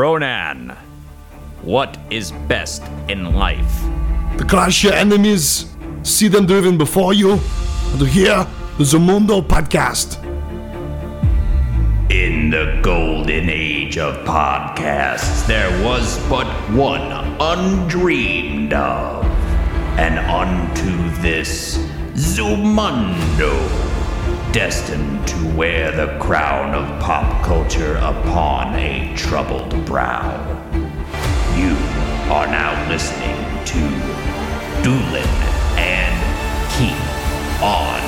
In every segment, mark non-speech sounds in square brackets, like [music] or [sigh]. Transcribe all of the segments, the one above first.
Bronan, what is best in life? To crush your enemies, see them driven before you, and to hear the Zamundo podcast. In the golden age of podcasts, there was but one undreamed of, and unto this Zumundo, destined to wear the crown of pop culture upon a troubled brow. You are now listening to Doolin and Keith on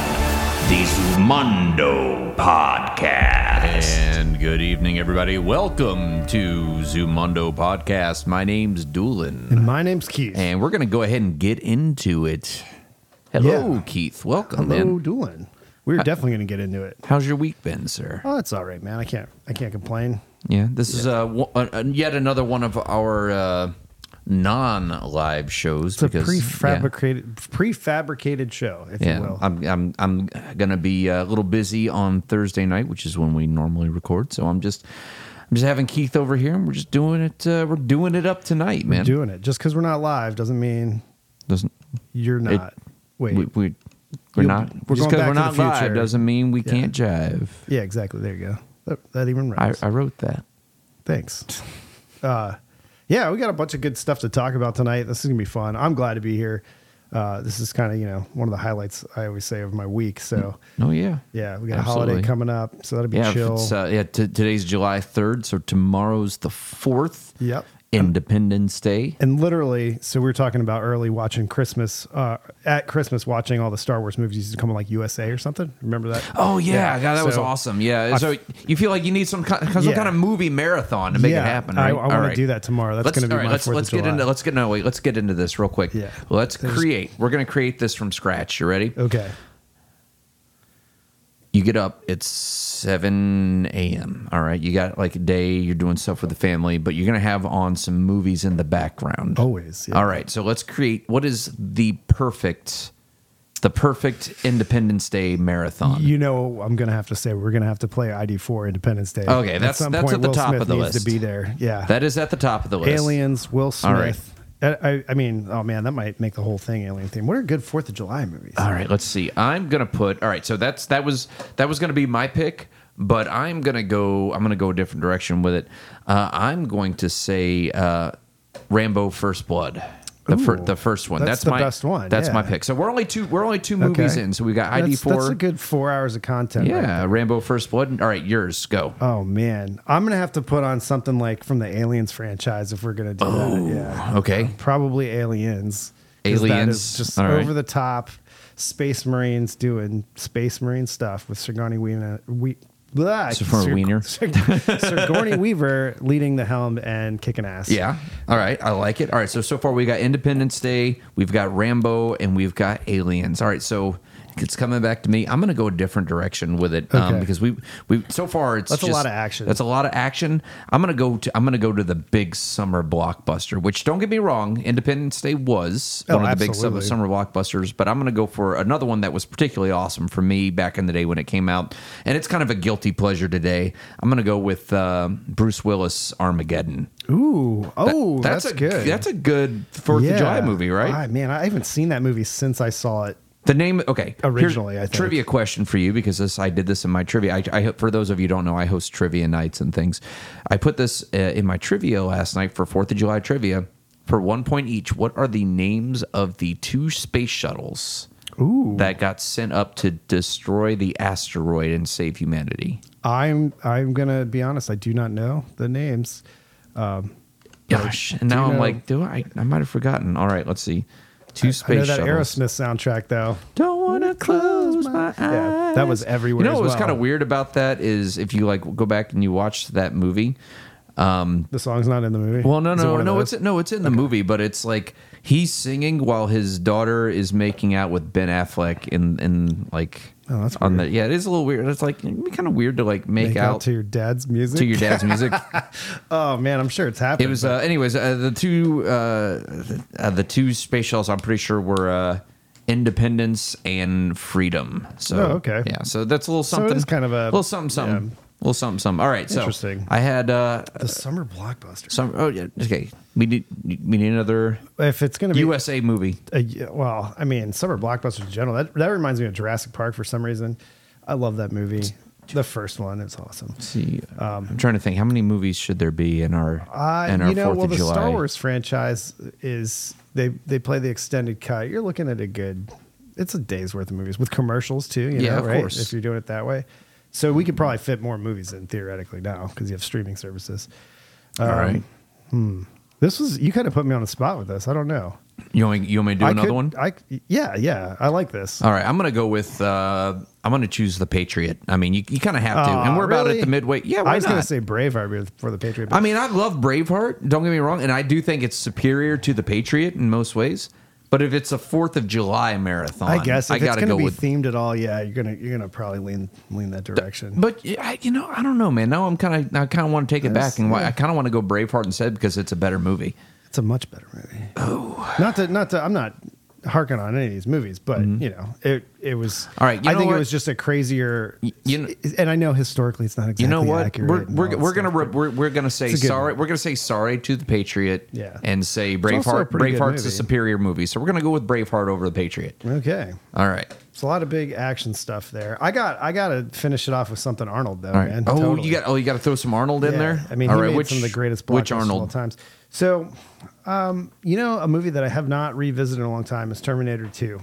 the Zumundo Podcast. And good evening, everybody. Welcome to Zumundo Podcast. My name's Doolin, My name's Keith. and we're going to go ahead and get into it. Hello, Yeah. Keith. Welcome, Hello, man. Doolin. We're definitely going to get into it. How's your week been, sir? Oh, it's all right, man. I can't. I can't complain. Yeah, this is uh, wo- uh, uh, yet another one of our uh, non-live shows. It's a because- prefabricated, prefabricated show, if Yeah, you yeah will. I'm I'm I'm gonna be a little busy on Thursday night, which is when we normally record. So I'm just I'm just having Keith over here, and we're just doing it. Uh, we're doing it up tonight, man. Doing it just because we're not live doesn't mean Doesn't you're not. Wait. we, we we're You'll- not we're just going because back we're to not the live future. doesn't mean we Yeah. can't jive. yeah, exactly. There you go. That, that even I, rhymes. I wrote that. Thanks. Uh, yeah, we got a bunch of good stuff to talk about tonight. This is gonna be fun. I'm glad to be here. Uh, this is kind of you know one of the highlights I always say of my week. So Oh yeah, yeah, we got a Absolutely. holiday coming up, so that'll be Yeah, if chill. it's, uh, yeah. T- today's July third, so tomorrow's the fourth. Yep. Independence Day. and literally, so we were talking about early watching Christmas uh, at Christmas, watching all the Star Wars movies used to come on like USA or something. Remember that? Oh yeah, Yeah, God, that was so- awesome. Yeah, I- so you feel like you need some kind, some Yeah. kind of movie marathon to make it happen. I- Right? I, All want right. to do that tomorrow. That's let's going to be all right, my let's, Fourth let's of get July. into let's get no wait let's get into this real quick. Yeah. let's There's- Oh. create. We're gonna create this from scratch. You ready? Okay. you get up it's 7 a.m all right you got like a day you're doing stuff with the family but you're gonna have on some movies in the background Always, yeah. all right so let's create what is the perfect the perfect independence day marathon You know, I'm going to have to say we're going to have to play ID4 Independence Day. Okay, that's- that's at the Will top Smith of the needs to list. be there. Yeah. that is at the top of the list Aliens, Will All right. Smith. I, I, I mean, oh man, that might make the whole thing alien theme. What are good Fourth of July movies? all right let's see i'm gonna put all right so that's that was that was gonna be my pick but i'm gonna go i'm gonna go a different direction with it uh, i'm going to say uh, rambo first blood the, fir- Ooh, the first one. That's, that's the my best one, That's my yeah. pick. So we're only two. We're only two movies in. So we got ID That's- four. That's a good four hours of content. right yeah, Rambo First Blood. All right, yours go. Oh man, I'm gonna have to put on something like from the Aliens franchise if we're gonna do that. Yeah, Oh, okay. probably Aliens. 'cause that Aliens, is just all right. over the top. Space Marines doing Space Marine stuff with Sigourney Weaver. We, blah, Sigourney Wiener. Sigourney Weaver leading the helm and kicking ass. Yeah. All right, I like it. All right, so so far we got Independence Day, we've got Rambo, and we've got Aliens. All right, so it's coming back to me. I'm going to go a different direction with it um, Okay. because we we so far it's That's a just- lot of action. That's a lot of action. I'm going to go to I'm going to go to the big summer blockbuster. Which don't get me wrong, Independence Day was Oh, one of the big summer, absolutely. summer blockbusters, but I'm going to go for another one that was particularly awesome for me back in the day when it came out, and it's kind of a guilty pleasure today. I'm going to go with uh, Bruce Willis Armageddon. Ooh. Oh, That's, that's, a good. That's a good Fourth of July Yeah. movie, right? Ah, man, I haven't seen that movie since I saw it. the name. Okay, here's Originally, I think. trivia question for you because this I did this in my trivia. I, I for those of you who don't know, I host trivia nights and things. I put this uh, in my trivia last night for Fourth of July trivia. For one point each, what are the names of the two space shuttles that got sent up to destroy the asteroid and save humanity? I'm I'm gonna be honest. I do not know the names. Gosh, and now you I'm know- like, do I? I might have forgotten. All right, let's see. Two I space know that shuttles. Aerosmith soundtrack though. Don't wanna close my eyes. Yeah, that was everywhere You know as what was well. kind of weird about that is if you like go back and you watch that movie. The song's not in the movie. Well, no, Is it no, one of no, those? it's no, it's in the movie, but it's like he's singing while his daughter is making out with Ben Affleck in in like Oh, that's on the yeah, it is a little weird. It's like it'd be kind of weird to like make, Make out, out to your dad's music. to your [laughs] dad's music. oh man, I'm sure it's happened. It was, uh, anyways, uh, the two uh, th- uh, the two space shuttles. I'm pretty sure were uh, Independence and Freedom. So Oh, okay. yeah. So that's a little Oh, it something. is kind of a- little something something. little something, something. All right, so Interesting. I had uh, The summer blockbuster. some. Oh yeah, okay. We need we need another If it's going to be USA movie. Uh, yeah, well, I mean, summer blockbusters in general. That that reminds me of Jurassic Park for some reason. I love that movie. The first one, it's awesome. See, I'm trying to think how many movies should there be in our Uh, in our um, you know, Fourth well, of the July? Star Wars franchise is they they play the extended cut. You're looking at a good, it's a day's worth of movies with commercials too. You Yeah, know, of right? course. If you're doing it that way, so we could probably fit more movies in theoretically now because you have streaming services. All Um, right, This was you kind of put me on the spot with this. I don't know. you want me, you want me to do I another could- one? I yeah yeah. I like this. All right, I'm gonna go with. Uh, I'm gonna choose the Patriot. I mean, you, you kind of have to, Aw, and we're about Uh, really? at the midway. Yeah, why I was going not? to say Braveheart for the Patriot. but I mean, I love Braveheart. Don't get me wrong, and I do think it's superior to the Patriot in most ways. But if it's a Fourth of July marathon, I guess if I it's gotta going to go be with. themed at all, yeah, you're gonna you're gonna probably lean lean that direction. but I, you know, I don't know, man. Now I'm kind of, I kind of want to take it That's- back, and why yeah. I kind of want to go Braveheart instead because it's a better movie. it's a much better movie. Oh, not to not to I'm not harking on any of these movies, but you know it it was Mm-hmm. All right, you I know think what? it was just a crazier. you know- and I know historically it's not exactly You know what? accurate. We're and all we're, that we're stuff, gonna re- but we're, we're gonna say It's a good sorry. one. We're gonna say sorry to the Patriot. Yeah. and say also a Braveheart. pretty good Braveheart's a movie. superior movie, so we're gonna go with Braveheart over the Patriot. okay. All right. It's a lot of big action stuff there. I got I got to finish it off with something Arnold though, All right. man. oh, Totally. you got oh, you got to throw some Arnold in Yeah, there. I mean, All he right, made some of the greatest Which blockbusters of all Arnold? times. So, um, you know, a movie that I have not revisited in a long time is Terminator Two.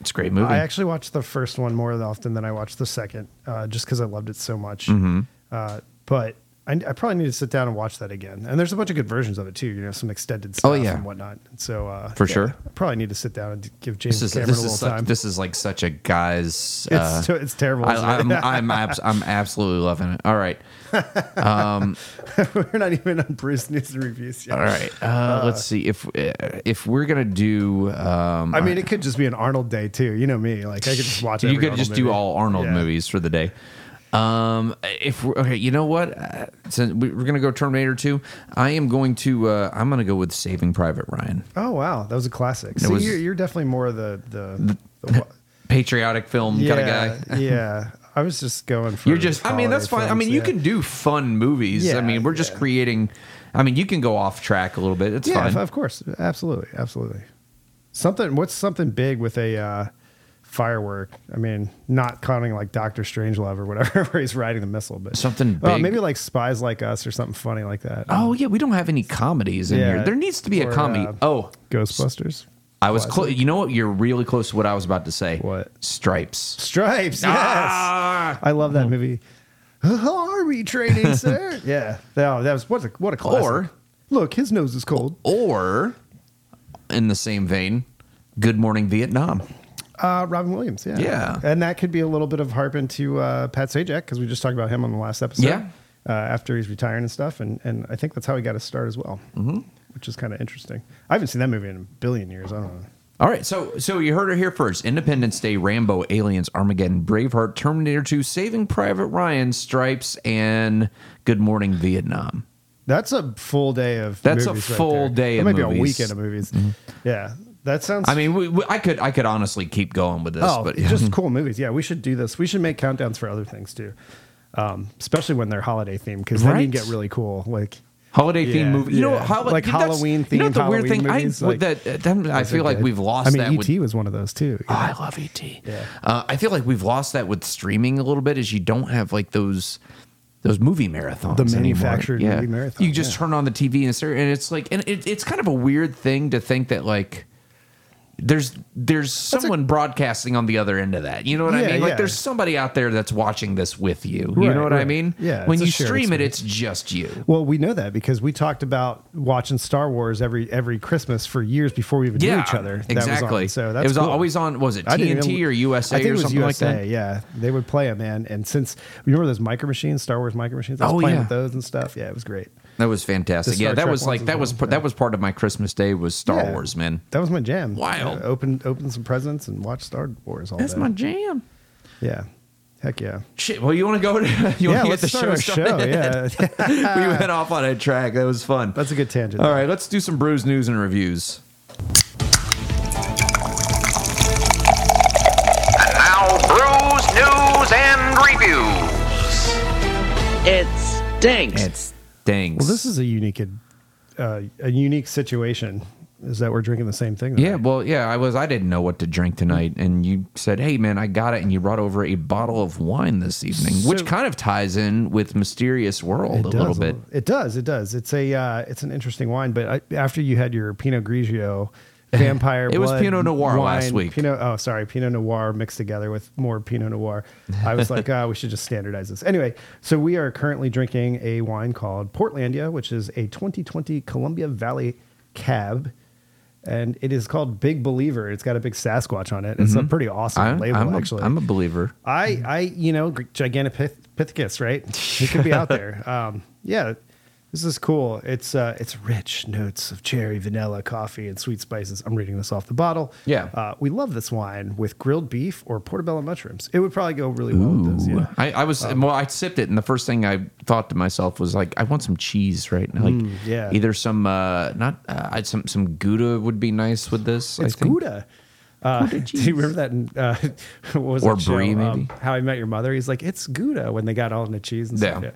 It's a great movie. I actually watched the first one more often than I watched the second, uh, just because I loved it so much. Mm-hmm. Uh, but I, I probably need to sit down and watch that again. And there's a bunch of good versions of it too. You know, some extended stuff Oh, yeah. and whatnot. And so uh, For yeah, sure. I probably need to sit down and give James this is Cameron this a is little such, time. this is like such a guy's. [laughs] It's uh, so- it's terrible, isn't it? I, [laughs] am I'm abs- I'm absolutely loving it. All right, [laughs] We're not even on Bruce News and Reviews yet. all right. Uh, let's see if uh, if we're gonna do. Um, I mean, it could just be an Arnold day too. You know me. Like I could just watch. you every could Arnold just do movie. all Arnold Yeah. movies for the day. Um, if we're, okay, you know what? Uh, since we- we're gonna go Terminator Two, I am going to uh, I'm gonna go with Saving Private Ryan. Oh wow, that was a classic. So was- you're, you're definitely more the the, the, Patriotic film yeah, kind of guy. [laughs] yeah, I was just going for. You're just. I mean, holiday that's fine. I films, mean, you yeah. can do fun movies. I Yeah, mean, we're just yeah. creating. I mean, you can go off track a little bit. It's Yeah, fine. of course, absolutely, absolutely. Something. What's something big with a uh, firework? I mean, not counting like Doctor Strangelove or whatever, [laughs] where he's riding the missile, but Something Oh, big. maybe like Spies Like Us or something funny like that. Oh yeah, we don't have any comedies in Yeah. here. There needs to be a Or, comedy. uh, oh, Ghostbusters. I was close. You know what? You're really close to what I was about to say. What? Stripes. Stripes. Yes. Ah! I love that movie. Army training, [laughs] sir. yeah. That, that was what a what a classic. Or- look, his nose is cold. Or, in the same vein, Good Morning Vietnam. Uh, Robin Williams. Yeah. Yeah. And that could be a little bit of harp into uh, Pat Sajak because we just talked about him on the last episode. Yeah. Uh, after he's retiring and stuff, and and I think that's how he got his start as well, mm-hmm. which is kind of interesting. I haven't seen that movie in a billion years. I don't know. All right, so so you heard her here first. Independence Day, Rambo, Aliens, Armageddon, Braveheart, Terminator 2, Saving Private Ryan, Stripes, and Good Morning Vietnam. That's a full day of. That's a movies full right there. day That of might be a movies. weekend Mm-hmm. of movies. Yeah, that sounds. I mean, we, we, I could I could honestly keep going with this, Oh, but just cool movies. Yeah, we should do this. We should make countdowns for other things too, um, especially when they're holiday themed because then you Right. can get really cool. Like, holiday Yeah, themed movie. You know, yeah. holi- Like that's- Halloween You know, themed the weird Halloween thing movies, I with like- that, that- I feel like we've lost I mean, E that ET with was one of those too. Oh, yeah. I love ET. Yeah. Uh, I feel like we've lost that with streaming a little bit, is you don't have like those those movie marathons. The anymore. manufactured movie marathon, You just yeah. turn on the TV and start, and it's like, and it, it's kind of a weird thing to think that like. There's there's That's a- someone broadcasting on the other end of that. You know what I Yeah, mean? Like yeah. there's somebody out there that's watching this with you. you Right, know what I right. mean? Yeah, When it's a you shared stream it, experience. it's just you. Well, we know that because we talked about watching Star Wars every every Christmas for years before we even knew each other. That was on. Exactly. So that's it was cool. always on. Was it I didn't TNT even- or USA I think or it was something USA, like that? Yeah, they would play them, man. And since you remember those micro machines, Star Wars micro machines, I was Oh, playing yeah. with those and stuff. Yeah, it was great. That was fantastic. The Yeah, Star that Trek was ones like as that well, was yeah. that was part of my Christmas day was Star Yeah. Wars, man. That was my jam. Wild. Yeah, open open some presents and watch Star Wars all That's day. my jam. yeah. Heck yeah. Shit. Well, you want to go? To, [laughs] you yeah, want to get the show our started? show. Yeah. [laughs] [laughs] we went off on a track. That was fun. That's a good tangent. All right, let's do some brews, news, and reviews. Now, brews, news, and reviews. It stinks. It stinks. Well, this is a unique, uh, a unique situation. Is that we're drinking the same thing? Yeah, well, yeah, I was. I didn't know what to drink tonight, and you said, "Hey, man, I got it," and you brought over a bottle of wine this evening, So- which kind of ties in with mysterious world a It little does, bit. It does. It does. It's a. Uh, it's an interesting wine. But I, after you had your Pinot [laughs] Grigio, Vampire. It was blood Pinot Noir wine, last week. Pinot. Oh, sorry, Pinot Noir mixed together with more Pinot Noir. I was [laughs] like, ah, we should just standardize this. Anyway, so we are currently drinking a wine called Portlandia, which is a 2020 Columbia Valley Cab. And it is called Big Believer. It's got a big Sasquatch on it. It's a pretty awesome I'm, label, Mm-hmm. I'm a- actually. I'm a believer. I, I, you know, G- Gigantopithecus, right? It could be out there. Um, yeah, this is cool. It's uh, it's rich notes of cherry, vanilla, coffee, and sweet spices. I'm reading this off the bottle. Yeah. uh, we love this wine with grilled beef or portobello mushrooms. It would probably go really well with those. Yeah. Um, I, I was well. I sipped it, and the first thing I thought to myself was like, I want some cheese right now. Like, Mm, yeah. either some uh, not uh, I'd some some Gouda would be nice with this. It's I think. Gouda. Uh, [laughs] do you remember that? In, uh, [laughs] what was Or that show, Brie, um, maybe? How I Met Your Mother. He's like, it's Gouda when they got all into cheese and stuff. Yeah. Yeah.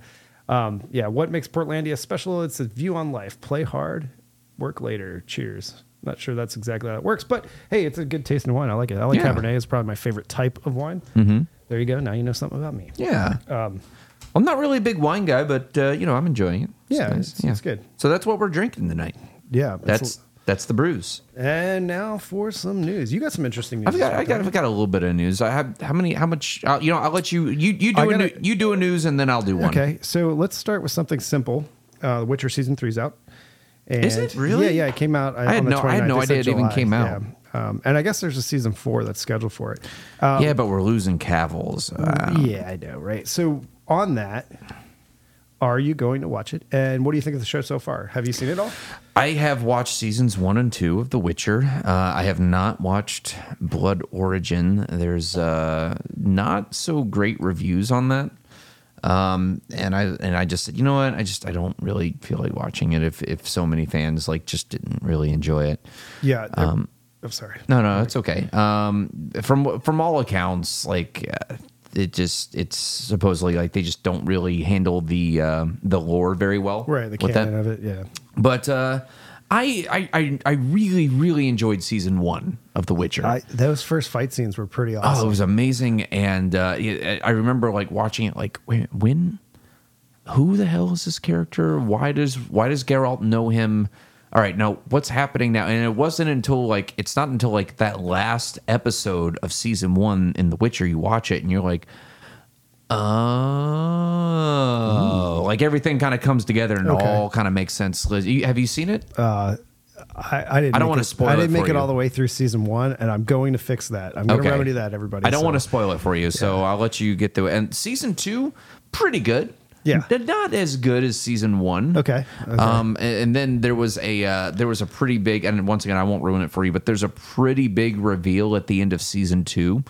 Um, yeah. What makes Portlandia special? It's a view on life. Play hard, work later. Cheers. Not sure that's exactly how it works, but hey, it's a good tasting wine. I like it. I like Yeah. Cabernet. It's probably my favorite type of wine. Mm-hmm. There you go. Now you know something about me. Yeah. Um, I'm not really a big wine guy, but uh, you know, I'm enjoying it. Yeah, it's- it's good. So that's what we're drinking tonight. Yeah. That's that's the brews. and now for some news. You got some interesting news. I've got, I got, I've got a little bit of news. I have how many? How much? Uh, you know, I'll let you. You you do I a gotta- new, you do a news, and then I'll do one. Okay, so let's start with something simple. Uh, The Witcher season three's out. And Is it really? Yeah, yeah, it came out. uh, I had on the no- I had 29th. no They said idea it even July. came out. Yeah. Um, and I guess there's a season four that's scheduled for it. Uh, yeah, but we're losing Cavils. Uh, yeah, I know, right? So on that, are you going to watch it? And what do you think of the show so far? Have you seen it all? I have watched seasons one and two of The Witcher. Uh, I have not watched Blood Origin. There's uh, not so great reviews on that, um, and I and I just said, you know what? I just I don't really feel like watching it. If if so many fans like just didn't really enjoy it. Yeah. Um, I'm sorry. No, no, it's okay. Um, from from all accounts, like uh, it just it's supposedly like they just don't really handle the uh, the lore very well. Right, the with that. canon of it. Yeah. But uh, I, I I I really really enjoyed season one of The Witcher. I, those first fight scenes were pretty oh, awesome. it was amazing, and uh, it, I remember like watching it like wait, when who the hell is this character? Why does why does Geralt know him? All right, now what's happening now? And it wasn't until like it's not until like that last episode of season one in The Witcher you watch it and you're like, oh, like everything kind of comes together and Okay. it all kind of makes sense. Liz, you, have you seen it? I, I didn't. I don't make wanna it- spoil I it didn't make for it all you. the way through season one, and I'm going to fix that. I'm going to remedy that, everybody. I don't so- want to spoil it for you, so I'll let you get through it. And season two, pretty good. Yeah. N- not as good as season one. Okay, okay. Um, a- and, then there was a uh, there was a pretty big, and once again, I won't ruin it for you, but there's a pretty big reveal at the end of season two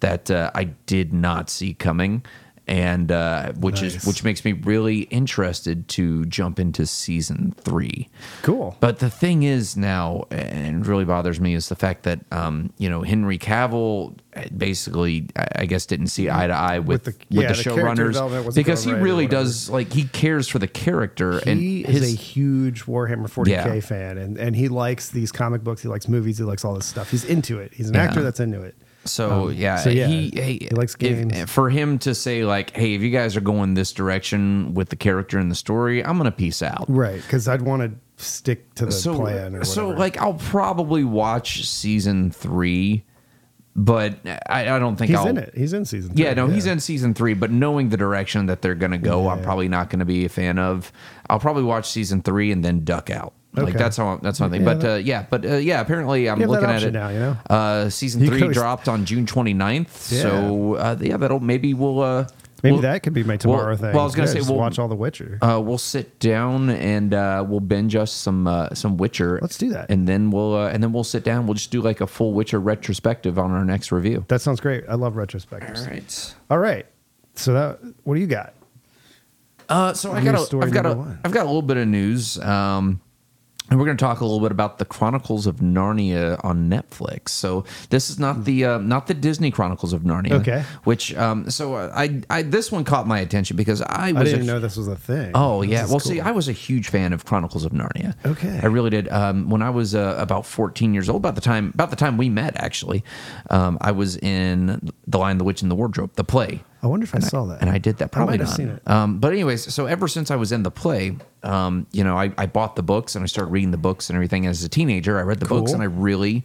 that uh, I did not see coming. And uh, which Nice. is which makes me really interested to jump into season three. Cool. But the thing is now, and really bothers me, is the fact that um, you know Henry Cavill uh, basically, I I guess, didn't see eye to eye with Mm-hmm. the- with the, yeah, the character development showrunners wasn't because he going right or really whatever. does like he cares for the character and he is his a huge Warhammer 40k Yeah. fan, and, and he likes these comic books. He likes movies. He likes all this stuff. He's into it. He's an actor Yeah. that's into it. So Um, yeah, so, yeah, he, he hey, likes if- eh, games. for him to say like, "Hey, if you guys are going this direction with the character and the story, I'm gonna peace out." Right, because I'd want to stick to the plan. Or so whatever. like I'll probably watch season three, but I, I don't think he's I'll, in it. He's in season. three, Yeah, no, he's in season three, but knowing the direction that they're going to go, I'm probably not going to be a fan of. I'll probably watch season three and then duck out. Okay. Like that's how that's my thing. Yeah, but uh, yeah, but uh, yeah, apparently I'm You have that looking at option it now, you know? Uh, season You three could always- dropped on June 29th, Yeah. so uh, yeah, that'll maybe we'll uh, Maybe we'll- that could be my tomorrow well, thing. Well, I was going Yeah, to say just we'll watch all the Witcher. uh, we'll sit down and uh, we'll binge us some uh, some Witcher. Let's do that. and then we'll uh, and then we'll sit down. We'll just do like a full Witcher retrospective on our next review. that sounds great. I love retrospectives. All right. All right. So that what do you got? Uh, so I News got a, story I've got a, number one. I've got a little bit of news. Um, And we're going to talk a little bit about the Chronicles of Narnia on Netflix. So this is not the uh, not the Disney Chronicles of Narnia, Okay. Which um, so uh, I, I this one caught my attention because I I was a didn't hu- know this was a thing. Oh This yeah. is Well, cool. see, I was a huge fan of Chronicles of Narnia. Okay. I really did. Um, when I was uh, about 14 years old, about the time about the time we met, actually, um, I was in The Lion, the Witch, and the Wardrobe, the play. I wonder if I saw that. And I did I that. might Probably have not. seen it. Um, but anyways, so ever since I was in the play, um, you know, I, I bought the books and I started reading the books and everything. As a teenager, I read the books Cool. and I really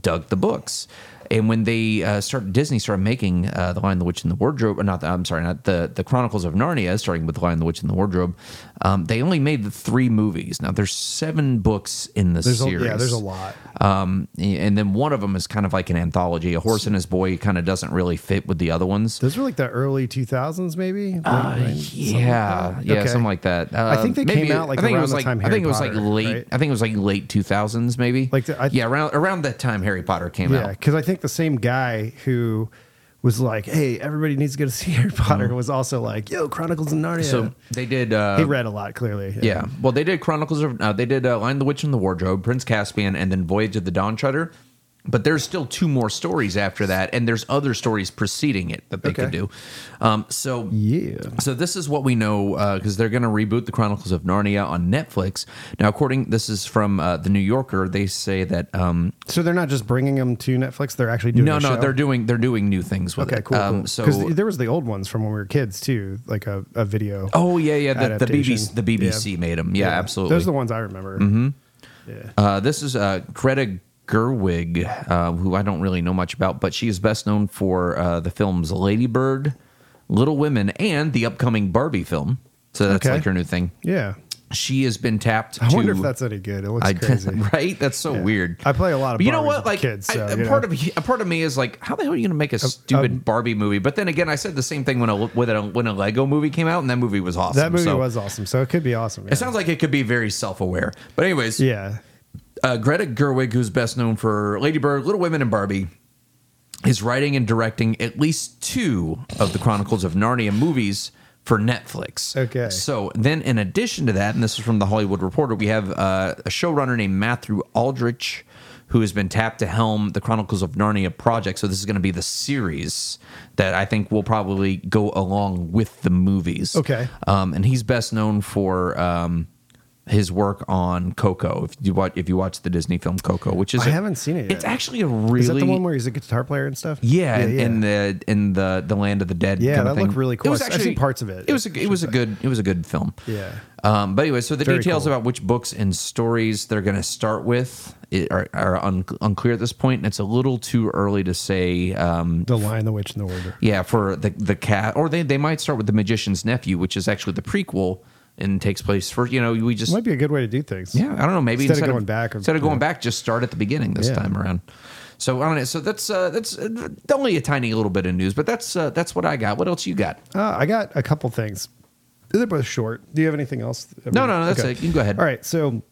dug the books. And when they uh, started, Disney started making uh, the Lion, the Witch, and the Wardrobe, or not? The, I'm sorry, not the the Chronicles of Narnia, starting with the Lion, the Witch, and the Wardrobe. Um, they only made the three movies. Now there's seven books in the there's a, series. yeah, there's a lot. Um, and then one of them is kind of like an anthology. A horse and his boy kind of doesn't really fit with the other ones. Those were like the early 2000s, maybe. Uh, Late nineties, something like yeah, that. yeah, Okay. something like that. I think they Um, came out, like, I think it around was the like time I think Harry it was Potter, like late. right? I think it was like late two thousands, maybe. Like the- I- yeah, around around that time Harry Potter came Yeah, out. because I think the same guy who was like, "Hey, everybody needs to go to see [laughs] Harry Potter," was also like, "Yo, Chronicles of Narnia." Mm-hmm. So they did. Uh, he read a lot, clearly. yeah, well, they did Chronicles of uh, they did uh, Lion the Witch and the Wardrobe, Prince Caspian, and then Voyage of the Dawn Treader. But there's still two more stories after that, and there's other stories preceding it that they Okay. could do. Um, so yeah. So this is what we know because they're going to reboot the Chronicles of Narnia on Netflix. Now, according this is from uh, the New Yorker, they say that um, So they're not just bringing them to Netflix; they're actually doing. no, a no, show? they're doing they're doing new things with Okay, it. cool. Um, so because So there was the old ones from when we were kids too, like a, a video. oh yeah, yeah, the, the adaptation. BBC the BBC Yeah. made them. Yeah, Yeah. absolutely. Mm-hmm. Those are the ones I remember. Uh, this is uh, Greta Gerwig, uh, who I don't really know much about, but she is best known for uh, the films Lady Bird, Little Women, and the upcoming Barbie film. So that's Okay. like her new thing. Yeah, She has been tapped. I wonder to- if that's any good. It looks I- [laughs] crazy. right? That's so weird. I play a lot of But you know Barbies what? with Like kids, so, I, you part know. um, of a part of me is like, how the hell are you going to make a stupid Barbie movie? But then again, I said the same thing when a when a, when a Lego movie came out, and that movie was awesome. that movie So was awesome, so it could be awesome. Yeah. It sounds like it could be very self aware. But anyways, yeah. uh, Greta Gerwig, who's best known for Lady Bird, Little Women, and Barbie, is writing and directing at least two of the Chronicles of Narnia movies for Netflix. Okay. So then, in addition to that, and this is from the Hollywood Reporter, we have uh, a showrunner named Matthew Aldrich. Who has been tapped to helm the Chronicles of Narnia project? So this is going to be the series that I think will probably go along with the movies. Okay. Um, and he's best known for um, his work on Coco. If you watch, if you watch the Disney film Coco, which is I I haven't seen it yet. It's actually a really Is that the one where he's a guitar player and stuff? yeah, in, yeah. in the in the the land of the dead. Yeah, kind that of thing. looked really cool. I've seen parts of it. It was a, it was a good it was a good film. Yeah. Um, but anyway, so the Very details cool. about which books and stories they're going to start with i- are, are un- unclear at this point, and it's a little too early to say. Um, The Lion, the Witch, and the Wardrobe. yeah, for the the cat, or they they might start with the magician's nephew, which is actually the prequel and takes place first. You know, we just Might be a good way to do things. yeah, I don't know. Maybe Instead of going back or- instead of going yeah. back, just start at the beginning this Yeah. time around. So I don't know. So that's uh, that's uh, only a tiny little bit of news, but that's uh, that's what I got. What else you got? Uh, I got a couple things. They're both short. Do you have anything else? I No, mean, no, no, that's it. You can go ahead. All right. So,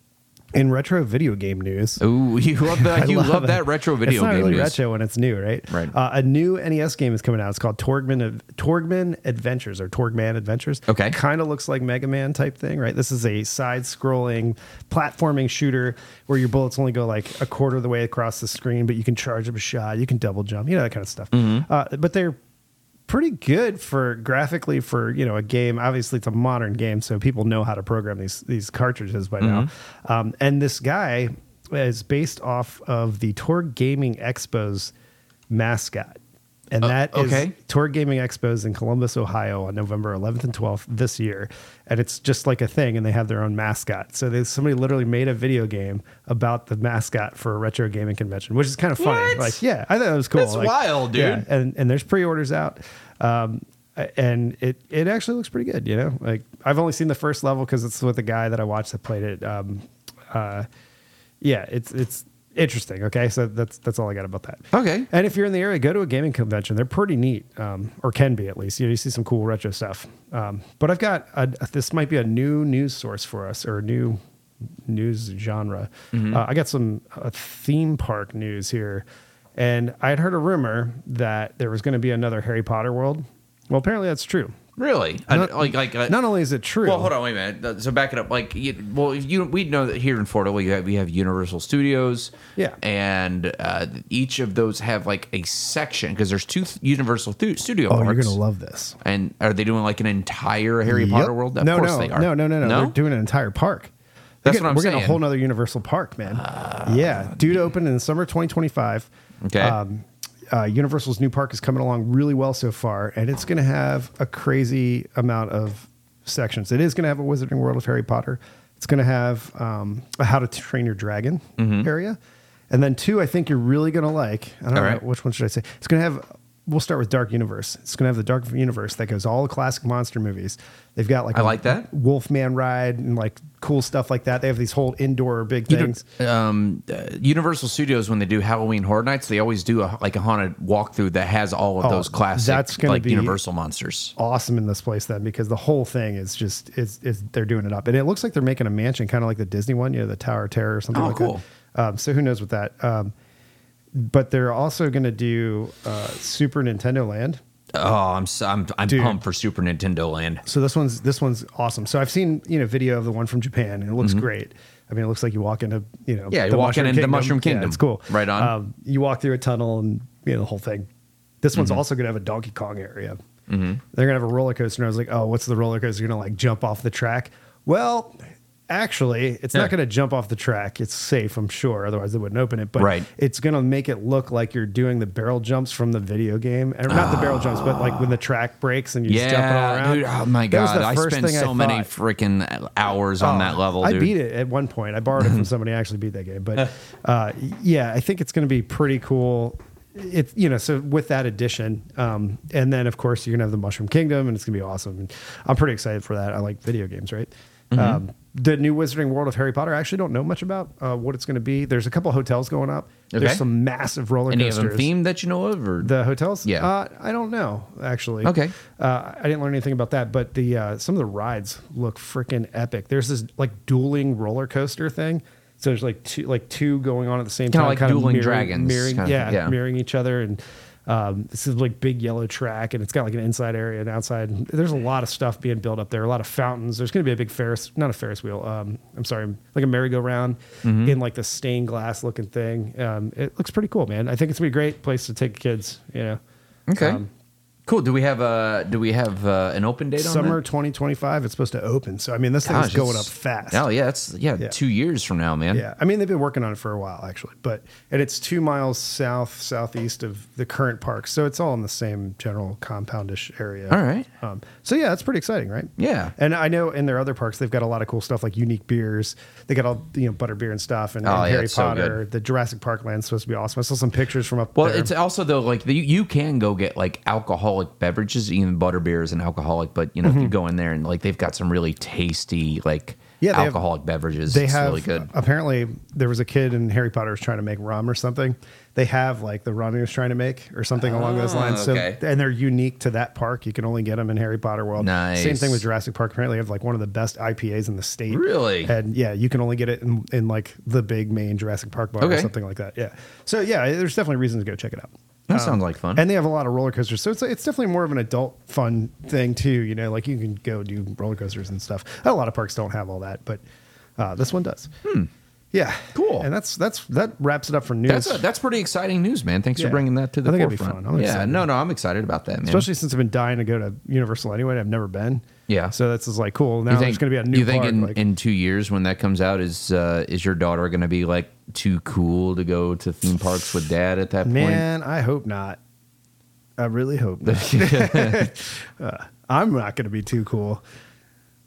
in retro video game news, [laughs] Ooh, you love that. you love, that retro it's video not game really news. retro when it's new, right? Right. Uh, a new NES game is coming out. It's called Torgman Torgman Adventures or Torgman Adventures. Okay. Kind of looks like Mega Man type thing, right? This is a side-scrolling platforming shooter where your bullets only go like a quarter of the way across the screen, but you can charge up a shot, you can double jump, you know that kind of stuff. Uh, but they're pretty good for graphically for you know a game obviously it's a modern game so people know how to program these these cartridges by now um, and this guy is based off of the Torg Gaming Expo's mascot and that is okay. Torg Gaming Expos in Columbus, Ohio on November 11th and 12th this year. And it's just like a thing, and they have their own mascot. So they, somebody literally made a video game about the mascot for a retro gaming convention, which is kind of funny. What? Like, yeah, I thought it was cool. That's Like, wild, dude. yeah, and, and there's pre orders out. Um, and it, it actually looks pretty good, you know? Like, I've only seen the first level because it's with the guy that I watched that played it. Um, uh, yeah, it's, it's, Interesting. Okay, so that's that's all I got about that. Okay. And if you're in the area, go to a gaming convention. They're pretty neat, um, or can be at least. You, know, you see some cool retro stuff. Um, but I've got a, this might be a new news source for us or a new news genre. Mm-hmm. Uh, I got some uh, theme park news here, and I had heard a rumor that there was going to be another Harry Potter world. Well, apparently that's true. Really? I- like, like, uh, Not only is it true, Well, hold on, wait a minute. Uh, So back it up. Like, you, well, if you we know that here in Florida we have, we have Universal Studios. Yeah. and uh, each of those have like a section because there's two th- Universal thu- Studio. oh, you're parks. gonna love this. And are they doing like an entire Harry Potter Yep. world? Of no, course no, they are. no, no, no, no. No, They're doing an entire park. That's They're what I'm we're getting saying. a whole nother Universal Park, man. yeah, due to open in the summer of 2025. Okay. uh, Universal's new park is coming along really well so far, and it's going to have a crazy amount of sections. It is going to have a Wizarding World of Harry Potter. It's going to have um, a How to Train Your Dragon area, and then two. I think you're really going to like. I don't Mm-hmm. All know right. which one should I say. It's going to have. We'll start with Dark Universe. It's going to have the Dark Universe that goes all classic monster movies. They've got like I a like that. Wolfman ride and like cool stuff like that. They have these whole indoor big You know, things. um, uh, Universal Studios when they do Halloween Horror Nights, they always do a, like a haunted walkthrough that has all of Oh, those classic that's gonna like be- Universal monsters. awesome in this place then because the whole thing is just it's, it's they're doing it up and it looks like they're making a mansion kind of like the disney one you know the tower of terror or something Oh, like cool. that um, so who knows with that um, but they're also going to do uh, super nintendo land Oh, I'm so- I'm I'm Dude. pumped for Super Nintendo Land. so this one's this one's awesome so i've seen you know video of the one from japan and it looks great i mean it looks like you walk into you know Mm-hmm. Yeah, you're walking into Mushroom Yeah, Kingdom. it's cool Right on. um, you walk through a tunnel and you know the whole thing this Mm-hmm. one's also going to have a donkey kong area they're going to have a roller coaster and i was like oh what's the roller coaster going to like jump off the track well actually it's Yeah. not going to jump off the track it's safe i'm sure otherwise they wouldn't open it but Right. it's going to make it look like you're doing the barrel jumps from the video game or not the barrel jumps but like when the track breaks and you just jump it all around dude. Oh my That was god, the I first spent thing I so many thought. Oh, freaking hours on that level. Dude. I beat it at one point. I borrowed it [laughs] from somebody. I actually beat that game, but uh, yeah, I think it's going to be pretty cool. It you know so with that addition, um, and then of course you're gonna have the Mushroom Kingdom, and it's gonna be awesome. And I'm pretty excited for that. I like video games, right? Mm-hmm. Um, the new Wizarding World of Harry Potter. I actually don't know much about uh, what it's gonna be. There's a couple hotels going up. Okay. There's some massive roller Any of coasters. them themed that you know of? Or? The hotels? Yeah. Uh, I don't know, actually. Okay. Uh, I didn't learn anything about that, but the uh, some of the rides look freaking epic. There's this like dueling roller coaster thing. So there's like two like two going on at the same Kinda time, like kind Dueling of mirroring, Dragons mirroring, kind of yeah, thing, yeah. mirroring each other, and um, this is like big yellow track, and it's got like an inside area and outside. And there's a lot of stuff being built up there, a lot of fountains. There's going to be a big Ferris, not a Ferris wheel. Um, I'm sorry, like a merry-go-round Mm-hmm. in like the stained glass looking thing. Um, it looks pretty cool, man. I think it's gonna be a great place to take kids. You know, okay, um, cool. Do we have uh Do we have uh, an open date on summer that? 2025. It's supposed to open, so I mean, this thing Gosh, is going up it's- fast. Oh yeah, that's yeah, Yeah. Two years from now, man. Yeah, I mean they've been working on it for a while actually, but and it's two miles south southeast of the current park, so it's all in the same general compoundish area. All right. Um, so yeah, it's pretty exciting, right? Yeah. And I know in their other parks they've got a lot of cool stuff like unique beers. They got all you know butter beer and stuff, and, Oh, and yeah, Harry it's so Potter. the Jurassic Park land's supposed to be awesome. I saw some pictures from up Well, there. it's also though like the, you can go get like alcoholic beverages, even butter beer is an alcoholic, but you know Mm-hmm. if you go in there and like they've got some really tasty like Yeah, they have- alcoholic beverages. they it's have uh, really good. apparently there was a kid in Harry Potter was trying to make rum or something. They have like the rum he was trying to make or something along those lines. Ah, okay. So and they're unique to that park. You can only get them in Harry Potter World. Nice. Same thing with Jurassic Park. Apparently, they have like one of the best IPAs in the state. Really? And yeah, you can only get it in, in like the big main Jurassic Park bar Okay. or something like that. Yeah. So yeah, there's definitely reason to go check it out. That sounds like fun. um, And they have a lot of roller coasters, so it's it's definitely more of an adult fun thing too. You know, like you can go do roller coasters and stuff. A lot of parks don't have all that, but uh, this one does. Yeah, Hmm. Cool. And that's that's that wraps it up for news. that's a, that's pretty exciting news, man. Thanks for Yeah. bringing that to the I think it'd be forefront. fun. I'm yeah, excited. no, no, I'm excited about that, man. Especially since I've been dying to go to Universal anyway. and I've never been. Yeah. So that's just like cool. Now You there's going to be a new You think park, in, like- in two years when that comes out is uh, is your daughter going to be like too cool to go to theme parks with dad at that Man, I hope not. I really [laughs] hope not. [laughs] Uh, I'm not going to be too cool.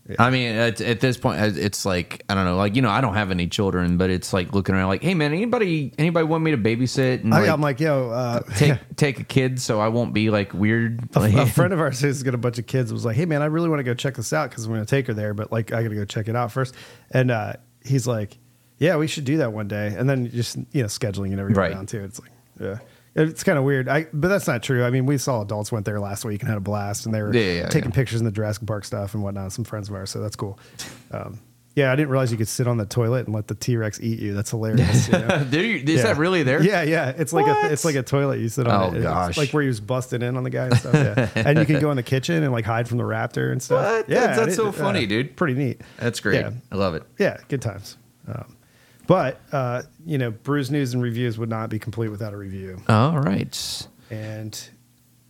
point? I mean, at, at this point, it- it's like I don't know, like you know, I don't have any children, but it's like looking around, like, hey, man, anybody anybody want me to babysit and I, like, I'm like, yo, uh, [laughs] [laughs] take take a kid so I won't be like weird? Like, a [laughs] friend of ours who's got a bunch of kids was like, "Hey man, I really want to go check this out because I'm going to take her there, but like I got to go check it out first. And uh, he's like, "Yeah, we should do that one day." And then just you know scheduling and everything Right. down too. It's like, yeah, it's kind of weird. I but that's not true. I mean, we saw adults went there last week and had a blast, and they were Yeah, yeah, taking yeah. pictures in the Jurassic Park stuff and whatnot. Some friends of ours, so that's cool. Um, Yeah, I didn't realize you could sit on the toilet and let the T Rex eat you. That's hilarious. [laughs] you know? There you- is Yeah. that really there? Yeah, yeah. It's like a it's like a toilet you sit Oh, on. it. It's gosh. like where he was busted in on the guy and stuff. Yeah. and you can go in the kitchen and like hide from the raptor and stuff. What? Yeah, That's- I that's so didn't- funny, dude. Pretty neat. That's great. Yeah. I love it. Yeah, good times. Um, but uh, you know, brews news and reviews would not be complete without a review. All right. And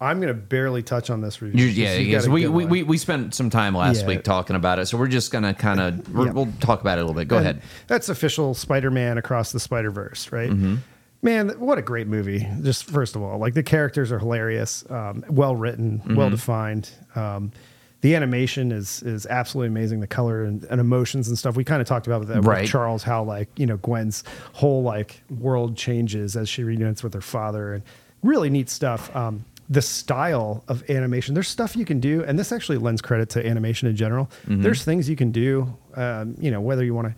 I'm gonna barely touch on this review. You, 'cause yeah, you yes. got a We, good we, one. we, we spent some time last Yeah. week talking about it, so we're just going to kind of Yeah. we'll talk about it a little bit. Go And ahead. That's official Spider-Man across the Spider-Verse, right? Mm-hmm. Man, th- what a great movie! Just first of all, like the characters are hilarious, um, well written, Mm-hmm. well defined. Um, the animation is is absolutely amazing. The color and, and emotions and stuff. We kind of talked about that Right. with Charles, how like you know Gwen's whole like world changes as she reunites with her father, and really neat stuff. Um, the style of animation. There's stuff you can do, and this actually lends credit to animation in general. There's things you can do. Um, you know whether you want to.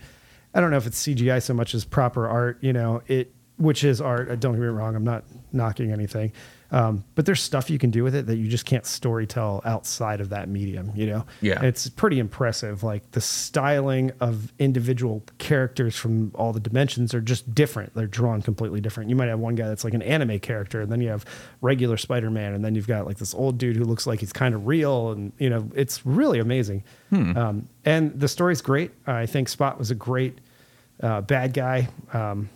I don't know if it's CGI so much as proper art. You know it, which is art. uh, Don't get me wrong. I'm not knocking anything, um, but there's stuff you can do with it that you just can't storytell outside of that medium. You know. Yeah. It's pretty impressive. Like the styling of individual characters from all the dimensions are just different. They're drawn completely different. You might have one guy that's like an anime character, and then you have regular Spider Man, and then you've got like this old dude who looks like he's kind of real. And, you know, it's really amazing. Hmm. Um, and the story's great. I think Spot was a great uh, bad guy. Um,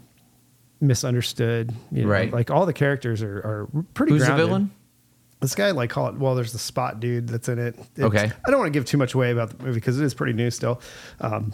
misunderstood you know, Right. like all the characters are, are pretty Who's the grounded villain? this guy like call it well there's the spot dude that's in it It's- Okay. i don't want to give too much away about the movie because it is pretty new still um,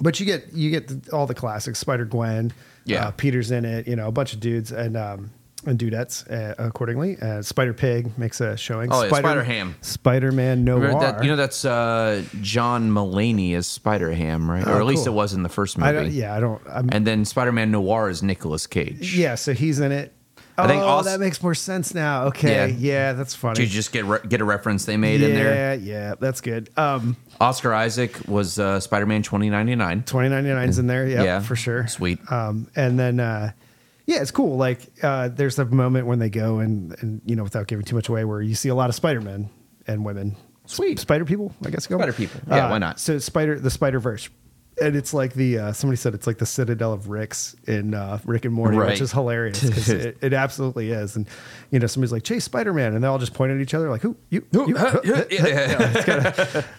but you get you get the, all the classics spider gwen Yeah. uh, peter's in it you know a bunch of dudes and um and dudettes uh, accordingly uh, spider pig makes a showing Oh, yeah, Spider-Ham. spider-man no Remember that- you know that's uh, John Mulaney as Spider Ham, right? or Oh, at least cool. it was in the first i movie. don't yeah i don't i'm And then Spider Man Noir is Nicolas Cage. yeah so he's in it I think oh also- that makes more sense now okay Yeah. yeah, that's funny Did you just get re- get a reference they made yeah in there? yeah that's good um Oscar Isaac was uh, Spider Man twenty ninety nine. 2099's in there. Yeah, Yeah, for sure. sweet. Um, and then, uh, yeah, it's cool. Like, uh, there's a moment when they go and, and, you know, without giving too much away, where you see a lot of Spider-Men and women. Sweet. Spider people, I guess. you call them. Spider people. Yeah, Uh, why not? So Spider, the Spider-Verse. And it's like the, uh, somebody said it's like the Citadel of Ricks in uh, Rick and Morty, Right. which is hilarious because [laughs] it, it absolutely is. And, you know, somebody's like, chase Spider-Man. And they all just point at each other like, who, you, you, [laughs]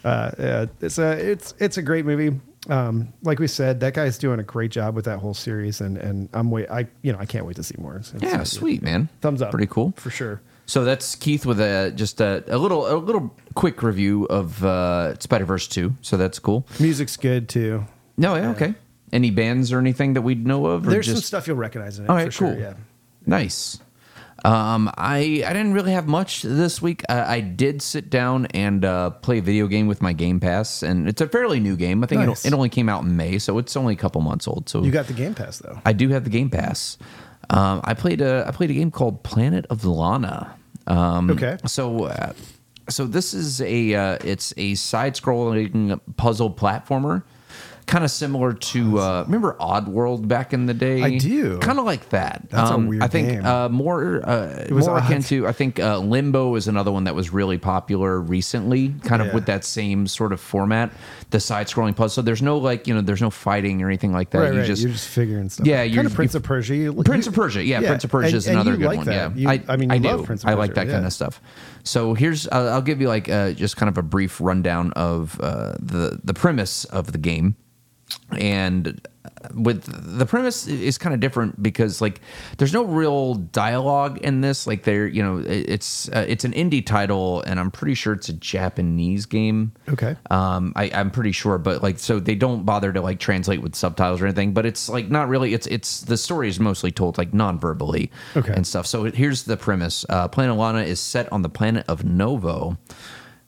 uh, it's a it's it's a great movie. Um, like we said, that guy's doing a great job with that whole series, and and I'm wait I you know I can't wait to see more. It's- Yeah, it's- sweet man. Thumbs up. Pretty cool. for sure. So that's Keith with a just a, a little a little quick review of uh, Spider Verse two. So that's cool. Music's good too. No, yeah, okay. Any bands or anything that we'd know of? Or There's just, some stuff you'll recognize in it. All right, for sure, cool. Yeah. Nice. Um, I I didn't really have much this week. I, I did sit down and uh, play a video game with my Game Pass, and it's a fairly new game. I think Nice. it, it only came out in May, so it's only a couple months old. So You got the Game Pass though. I do have the Game Pass. Um, I played a I played a game called Planet of Lana. Um, Okay. So, uh, so this is a uh, it's a side-scrolling puzzle platformer, kind of similar to uh, remember Oddworld back in the day. I do. Kind of like that. That's a weird I think game. Uh, more uh, was more akin odd. to I think uh, Limbo is another one that was really popular recently, kind of Yeah. with that same sort of format, the side-scrolling puzzle. So there's no like you know there's no fighting or anything like that. Right, you right. just You're just figuring stuff. Yeah, out. you're- kind of Prince of Persia. You, Prince you- of Persia, yeah, Prince of Persia is and- and another you good like one. that. Yeah, You- I, mean, you I love do. Prince of I Persia. like that kind yeah. of stuff. So here's, I'll I'll give you like uh, just kind of a brief rundown of uh, the the premise of the game, and uh, with the premise is kind of different because like there's no real dialogue in this. Like there, you know, it- it's uh, it's an indie title, and I'm pretty sure it's a Japanese game. Okay. Um, I, I'm pretty sure, but like, so they don't bother to like translate with subtitles or anything. But it's like not really. It's it's the story is mostly told like non-verbally Okay. and stuff. So here's the premise: uh, Planet Lana is set on the planet of Novo.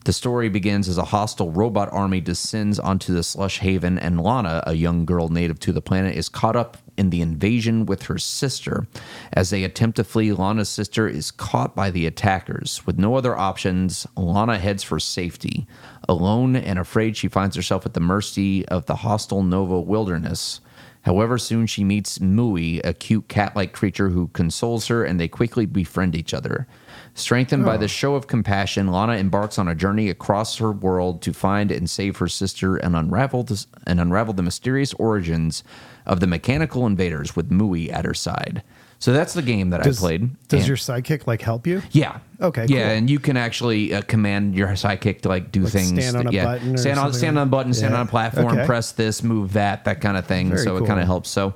The story begins as a hostile robot army descends onto the slush haven, and Lana, a young girl native to the planet, is caught up in the invasion with her sister. As they attempt to flee, Lana's sister is caught by the attackers. With no other options, Lana heads for safety. Alone and afraid, she finds herself at the mercy of the hostile Novo wilderness. However, soon she meets Mui, a cute cat like creature who consoles her, and they quickly befriend each other. Strengthened by Oh. the show of compassion, Lana embarks on a journey across her world to find and save her sister and unravel, this, and unravel the mysterious origins of the mechanical invaders with Mui at her side. So that's the game that Does, I played. does and- your sidekick like help you? yeah. Okay, Yeah, cool. and you can actually uh, command your sidekick to like do things. stand on that- a yeah, button or stand on something stand like- on a button, stand Yeah. on a platform, Okay. press this, move that, that kind of thing. Very so cool. it kind of helps. So,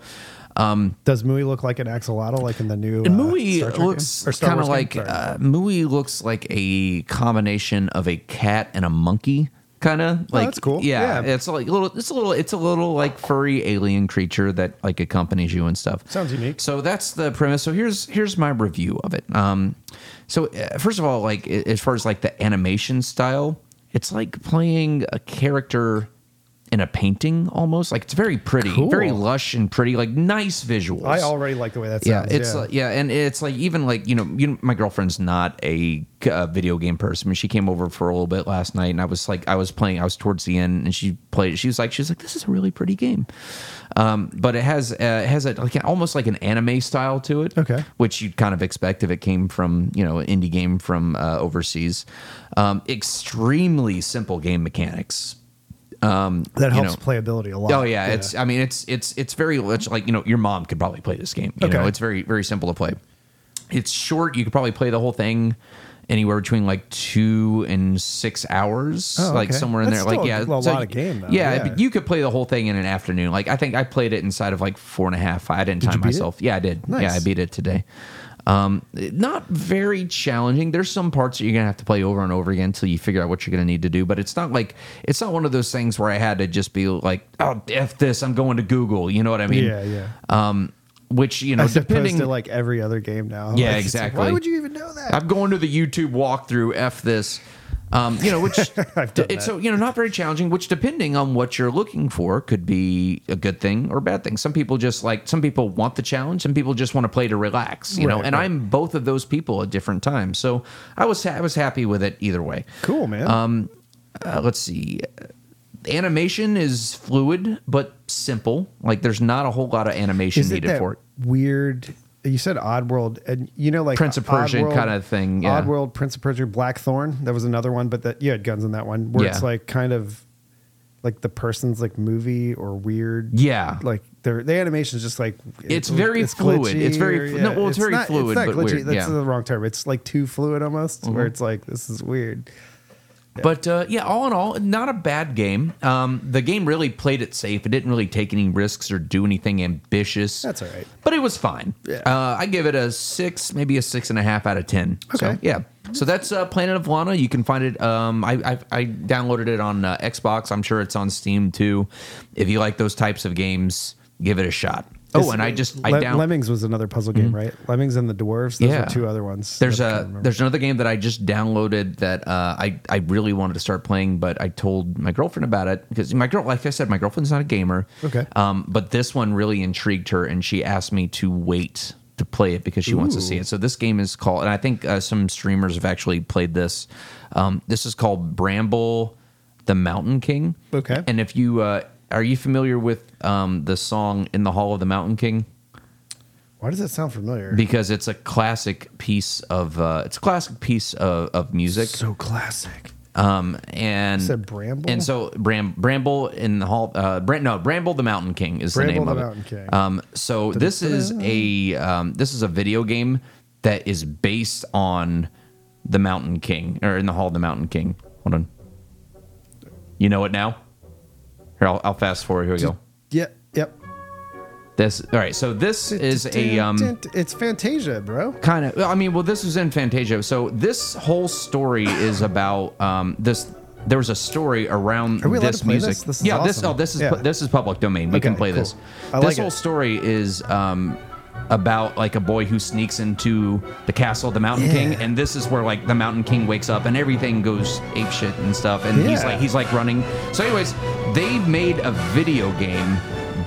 um, Does Mui look like an axolotl, like in the new? and uh, Mui Star Trek looks game? Or Star kind of Wars game? Sorry. like uh, Mui looks like a combination of a cat and a monkey, kind of like Oh, that's cool. Yeah, Yeah. it's like a little. It's a little. It's a little like furry alien creature that like accompanies you and stuff. Sounds unique. So that's the premise. So here's here's my review of it. Um, so uh, first of all, like a- as far as like the animation style, it's like playing a character. In a painting, almost like it's very pretty, very Cool. lush and pretty, like nice visuals I already like the way that uh, yeah sounds. it's like yeah and it's like even like you know, you know my girlfriend's not a uh, video game person I mean, she came over for a little bit last night and i was like i was playing i was towards the end and she played she was like she was like this is a really pretty game um, but it has uh, it has a, like almost like an anime style to it Okay. which you'd kind of expect if it came from you know an indie game from uh, overseas um, extremely simple game mechanics that you helps know. playability a lot. Oh yeah, it's I mean it's it's it's very much like you know your mom could probably play this game. You Okay. know, it's very very simple to play. It's short. You could probably play the whole thing anywhere between like two and six hours, Oh, like okay. somewhere in That's there. Like still yeah, a so- lot of game, though. Yeah, Yeah. but you could play the whole thing in an afternoon. Like I think I played it inside of like four and a half. I didn't you time beat it? myself. Yeah, I did. Yeah, Nice. I beat it today. Um, not very challenging. There's some parts that you're gonna have to play over and over again until you figure out what you're gonna need to do. But it's not like it's not one of those things where I had to just be like, "Oh, f this! I'm going to Google." You know what I mean? yeah, yeah. Um, which you know, As opposed depending to like every other game now. Yeah, Like, it's like, exactly. why would you even know that? I'm going to the YouTube walkthrough. F this. Um, you know, which [laughs] I've done that. it's so you know not very challenging. Which, depending on what you're looking for, could be a good thing or a bad thing. Some people just like some people want the challenge. Some people just want to play to relax. You know, Right, and right. I'm both of those people at different times. So I was ha- I was happy with it either way. cool, man. Uh, let's see. Animation is fluid but simple. Like there's not a whole lot of animation Is it needed that for it. weird? You said Oddworld, and you know, like Prince of Persia Oddworld- kinda thing, yeah. Oddworld, Prince of Persia, Blackthorn. That was another one, but that you had guns in that one, where it's Yeah. like kind of like the person's like movie or weird. Yeah. like their the animation is just like It's very fluid. It's very glitchy fl- or- no, well, it's very not- fluid, It's not but glitchy. weird, That's yeah. Mm-hmm. the wrong term. It's like too fluid almost, where it's like this is weird. But uh, yeah, all in all, not a bad game. Um, the game really played it safe. It didn't really take any risks or do anything ambitious. That's all right. But it was fine. Yeah. Uh, I give it a six, maybe a six and a half out of ten. So, Okay. yeah. So that's uh, Planet of Lana. You can find it. Um, I, I I downloaded it on uh, Xbox. I'm sure it's on Steam too. If you like those types of games, give it a shot. Oh, Is- and I just I Le- down- Mm-hmm. Lemmings was another puzzle game, right? Lemmings and the Dwarves. Those Yeah. are two other ones. There's that I can't a remember. there's another game that I just downloaded that uh, I I really wanted to start playing, but I told my girlfriend about it because my girl, like I said, my girlfriend's not a gamer. Okay. Um, but this one really intrigued her, and she asked me to wait to play it because she wants to see Ooh. it. So this game is called, and I think uh, some streamers have actually played this. Um, this is called Bramble, the Mountain King. Okay. And if you uh, are you familiar with um, the song "In the Hall of the Mountain King"? Why does that sound familiar? because it's a classic piece of uh, it's a classic piece of, of music. so classic. Um, and You said Bramble? and so Bram, Bramble in the hall. Uh, Bram, no, Bramble the Mountain King is Bramble the name the of Mountain it. King. Um, so this is a um, this is a video game that is based on the Mountain King or in the Hall of the Mountain King. Hold on, you know it now. Here, I'll, I'll fast forward. Here we go. Yep. Yep. This all right. So this is a um. It's Fantasia, bro. kind of i mean well this was in fantasia so this whole story is about um this there was a story around Are we allowed this to play music this? This is yeah this awesome. oh this is Yeah. this is public domain we can Okay, play cool. this I this like it. whole story is um about like a boy who sneaks into the castle of the mountain king and this is where like the mountain king wakes up and everything goes apeshit and stuff and he's Yeah. like he's like running so anyways they made a video game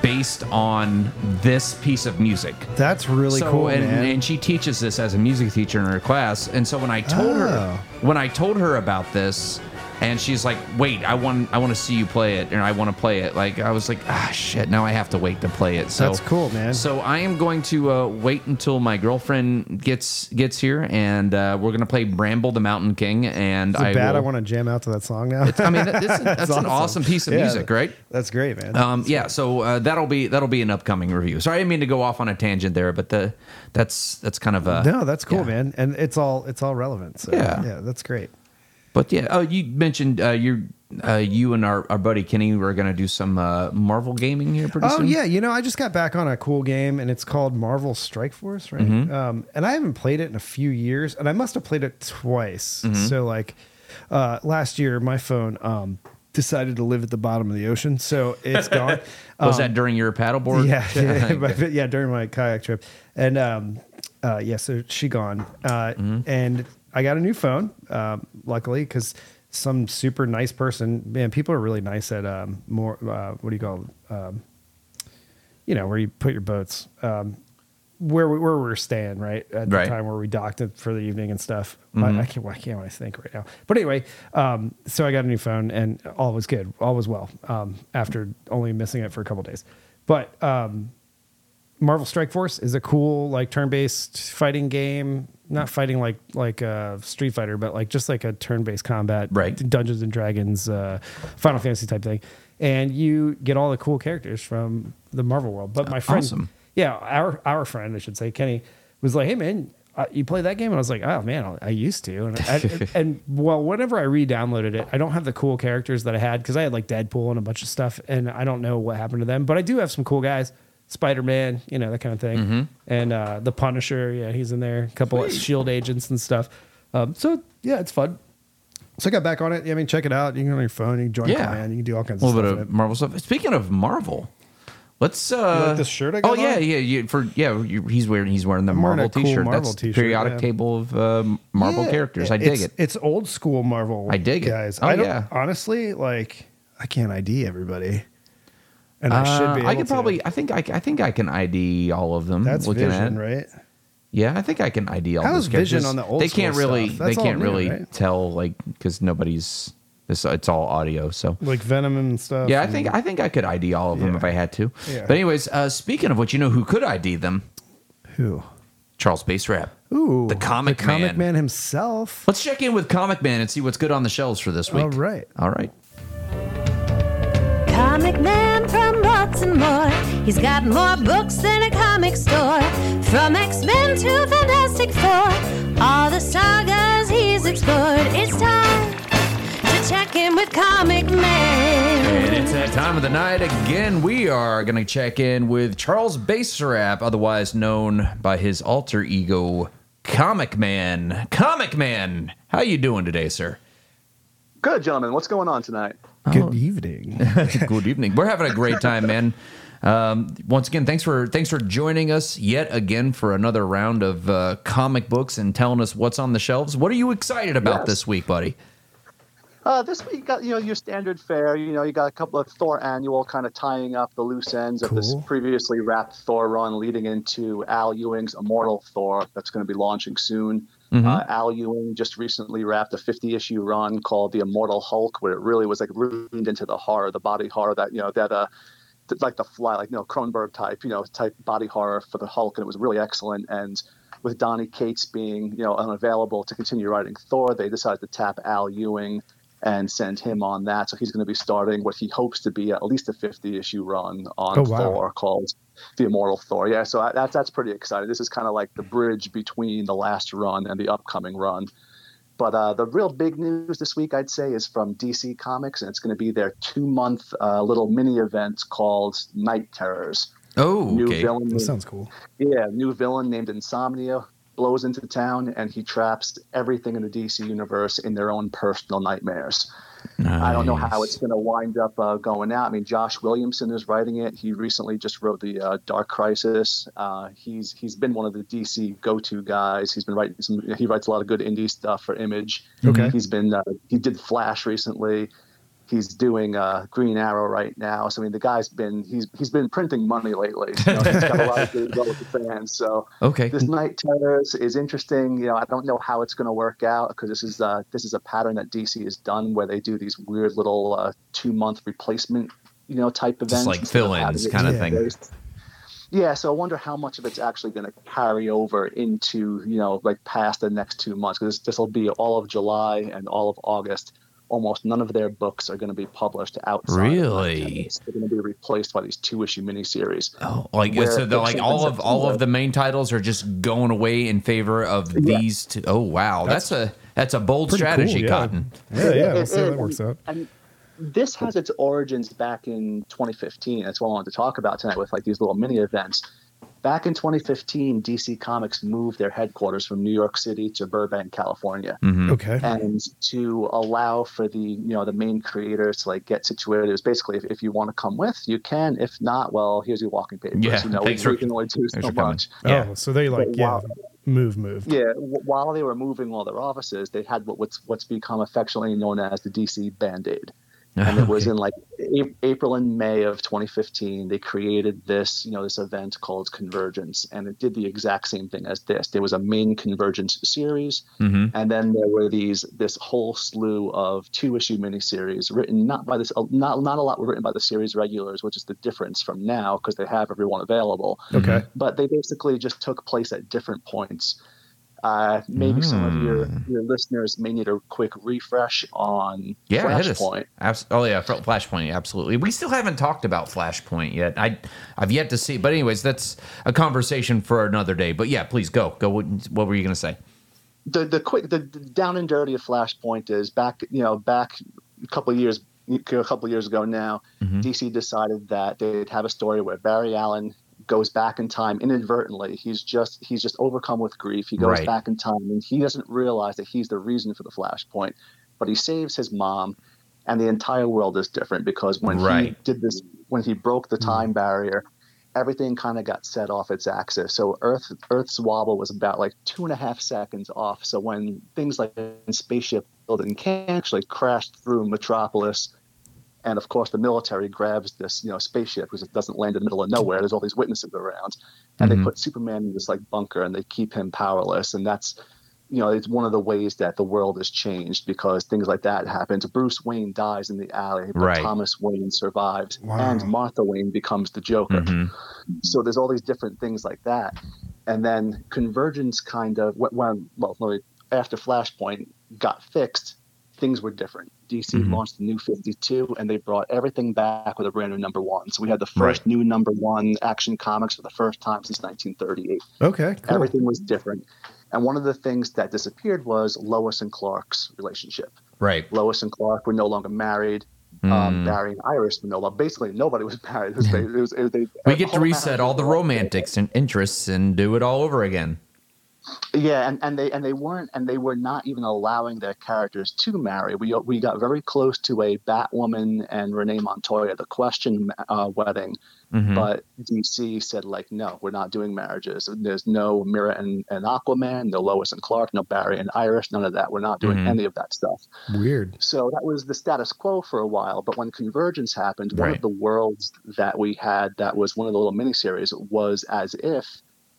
based on this piece of music That's really so, cool, and, man. and she teaches this as a music teacher in her class. And so when I told her Oh. when I told her about this, And she's like, "Wait, I want I want to see you play it, and I want to play it." Like I was like, "Ah, shit! Now I have to wait to play it." So That's cool, man. So I am going to uh, wait until my girlfriend gets gets here, and uh, we're gonna play Bramble the Mountain King. And Is it I bad? will- I want to jam out to that song now. [laughs] I mean, that's, that's an awesome piece of Yeah, music, right? That's great, man. Um, yeah, so uh, that'll be that'll be an upcoming review. Sorry, I didn't mean to go off on a tangent there, but the that's that's kind of a no, that's cool, yeah. man. And it's all it's all relevant. So, Yeah. yeah, that's great. But yeah, oh, you mentioned uh, you uh, you and our, our buddy Kenny were going to do some uh, Marvel gaming here pretty Oh soon. yeah, you know, I just got back on a cool game, and it's called Marvel Strike Force, right? Mm-hmm. Um, and I haven't played it in a few years, and I must have played it twice. Mm-hmm. So like uh, last year, my phone um, decided to live at the bottom of the ocean, so [laughs] it's gone. Was Um, that during your paddleboard? [laughs] Yeah, yeah, [laughs] but- yeah, during my kayak trip, and um, uh, yeah, so she gone, uh, Mm-hmm. and I got a new phone, um, luckily, because some super nice person, man, people are really nice at um, more. Uh, what do you call? it? Um, you know, where you put your boats, um, where we, where we were staying, right at Right. Mm-hmm. the time where we docked it for the evening and stuff. I, I can't, why can't I think right now? But anyway, um, so I got a new phone and all was good, all was well. Um, after only missing it for a couple days, but um, Marvel Strike Force is a cool like turn-based fighting game. Not fighting like like uh, Street Fighter, but like just like a turn-based combat, Right. Dungeons and Dragons, uh, Final Fantasy type thing, and you get all the cool characters from the Marvel world. But my friend, Awesome. yeah, our our friend, I should say, Kenny, was like, "Hey man, uh, you play that game?" And I was like, "Oh man, I, I used to." And, [laughs] I, and well, whenever I re-downloaded it, I don't have the cool characters that I had because I had like Deadpool and a bunch of stuff, and I don't know what happened to them. But I do have some cool guys, Spider Man, you know that kind of thing, Mm-hmm. and uh, the Punisher. Yeah, he's in there, a couple of Shield E agents and stuff. Um, so yeah, it's fun. So I got back on it. Yeah, I mean, check it out. You can go on your phone. You can join Yeah. command. You can do all kinds a of little stuff. bit with of it. Marvel stuff. Speaking of Marvel, let's. Uh, like this shirt I got Oh yeah, on? yeah. You, for yeah, you, he's wearing he's wearing the wearing Marvel a cool T-shirt. Marvel That's t-shirt, periodic yeah. table of um, Marvel Yeah, characters. I dig it's- it. It's old school Marvel. I dig it. guys. Oh, I don't yeah. honestly like. I can't ID everybody, and I should Uh, be. Able I could to. probably. I think. I, I think I can ID all of them. That's looking Vision, at. right? Yeah, I think I can ID all How's those characters. Vision on the old They school can't really. stuff? They That's all can't new, really right? tell like because nobody's. It's, it's all audio, so. Like Venom and stuff. Yeah, I and- think I think I could ID all of them Yeah. if I had to. Yeah. But anyways, uh, speaking of which, you know who could ID them? who? Charles Bass Rap. Ooh, The Comic the comic Man. man himself. Let's check in with Comic Man and see what's good on the shelves for this week. All right. All right. Comic Man from Baltimore. He's got more books than a comic store. From X Men to Fantastic Four, all the sagas he's explored. It's time to check in with Comic And Man. it's that time of the night again. We are going to check in with Charles Basarap, otherwise known by his alter ego, Comic Man. Comic Man, how you doing today, sir? Good, gentlemen. What's going on tonight? Oh. Good evening. Good evening. We're having a great time, man. Um, once again, thanks for thanks for joining us yet again for another round of uh, comic books and telling us what's on the shelves. What are you excited about Yes. this week, buddy? Uh, this week you got you know your standard fare. You know you got a couple of Thor annual kind of tying up the loose ends of this Cool. previously wrapped Thor run, leading into Al Ewing's Immortal Thor that's going to be launching soon. Uh, Al Ewing just recently wrapped a 50 issue run called The Immortal Hulk, where it really was like rooted into the horror, the body horror that you know that uh th- like the fly, like you know Cronenberg type, you know type body horror for the Hulk, and it was really excellent. And with Donnie Cates being you know unavailable to continue writing Thor, they decided to tap Al Ewing and send him on that. So he's going to be starting what he hopes to be at least a 50 issue run on Oh, wow. Thor called The Immortal Thor. Yeah, so I- that's that's pretty exciting. This is kind of like the bridge between the last run and the upcoming run. But uh, the real big news this week, I'd say, is from DC Comics, and it's going to be their two month uh, little mini event called Night Terrors. Oh, New okay. villain. that sounds cool. Yeah, new villain named Insomnia blows into town, and he traps everything in the DC universe in their own personal nightmares. I don't know how Nice. it's going to wind up uh, going out. I mean, Josh Williamson is writing it. He recently just wrote the uh, Dark Crisis. Uh, he's he's been one of the DC go-to guys. He's been writing some. He writes a lot of good indie stuff for Image. Okay. He's been uh, he did Flash recently. he's doing uh, Green Arrow right now. So I mean, the guy's been he's he's been printing money lately. You know, he's got a lot of good go with the fans. So Okay. this Night Terrors is interesting. You know, I don't know how it's going to work out because this is uh, this is a pattern that DC has done where they do these weird little uh, two month replacement you know type events. like instead of fill-ins having it kinda be thing. based. Yeah, so I wonder how much of it's actually going to carry over into you know like past the next two months because this will be all of July and all of August. Almost none of their books are going to be published outside. of Really? Night Terrors. they're going to be replaced by these two issue miniseries. Oh, like Where so, the, like fiction all ends of up all somewhere. of the main titles are just going away in favor of these two. Oh wow, that's, a that's a bold Pretty cool, strategy, yeah. Cotton. Yeah, yeah. We'll It see how is, that works and- out. And this has its origins back in 2015. That's what I wanted to talk about tonight with like these little mini events. Back in 2015, DC Comics moved their headquarters from New York City to Burbank, California, Okay. and to allow for the you know the main creators to like get situated. It was basically if, if you want to come with, you can. If not, well, here's your walking papers. Yeah, you know, thanks we, for- we can only do so for coming. much. [laughs] Yeah. Oh, so they like But yeah, wow. move, move. Yeah, w- while they were moving all their offices, they had what, what's what's become affectionately known as the DC Band Aid, and it was in like a- April and May of 2015. They created this, you know, this event called Convergence, and it did the exact same thing as this. There was a main Convergence series, and then there were these this whole slew of two issue miniseries written not by this uh, not not a lot were written by the series regulars, which is the difference from now because they have everyone available Okay. but they basically just took place at different points. Uh, maybe some of your, Hmm. your listeners may need a quick refresh on Yeah, hit us. Flashpoint. Abs- oh yeah, Fl- Flashpoint. Absolutely. We still haven't talked about Flashpoint yet. I I've yet to see. But anyways, that's a conversation for another day. But yeah, please go go. What, what were you gonna say? The the quick the, the down and dirty of Flashpoint is back you know back a couple of years a couple of years ago now Mm-hmm. DC decided that they'd have a story where Barry Allen goes back in time inadvertently he's just he's just overcome with grief he goes Right. back in time and he doesn't realize that he's the reason for the flashpoint but he saves his mom and the entire world is different because when he Right. did this when he broke the time barrier everything kind of got set off its axis so earth earth's wobble was about like two and a half seconds off so when things like a spaceship building can actually crash through metropolis and of course the military grabs this you know spaceship because it doesn't land in the middle of nowhere there's all these witnesses around and they put superman in this like bunker and they keep him powerless and that's you know, it's one of the ways that the world has changed because things like that happens. Bruce Wayne dies in the alley, but Right. Thomas Wayne survives, Wow. and Martha Wayne becomes the Joker. So there's all these different things like that, and then convergence kind of wh- when well, let me, after Flashpoint got fixed, things were different. DC Mm-hmm. launched the new 52, and they brought everything back with a brand new number one. So we had the first Right. new number one action comics for the first time since 1938 Okay. Cool. everything was different. And one of the things that disappeared was Lois and Clark's relationship. Right. Lois and Clark were no longer married. Hmm. Um, Barry and Iris were no longer. Basically, nobody was [laughs] married. It was, it was, it was, they- We get to whole reset marriage all the was- romantics and interests and do it all over again. Yeah, and, and they and they weren't and they were not even allowing their characters to marry. We we got very close to a Batwoman and Renee Montoya, the Question uh, wedding, but DC said like, no, we're not doing marriages. There's no Mira and, and Aquaman, no Lois and Clark, no Barry and Iris, none of that. We're not doing any of that stuff. Weird. So that was the status quo for a while. But when convergence happened, one Right. of the worlds that we had that was one of the little miniseries was as if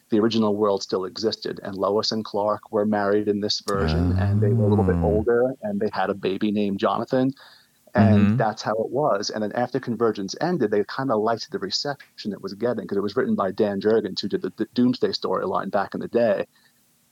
the original world still existed. And Lois and Clark were married in this version, and they were a little bit older, and they had a baby named Jonathan. Mm-hmm. And that's how it was. And then after Convergence ended, they kind of liked the reception it was getting because it was written by Dan Jurgens, who did the, the Doomsday storyline back in the day.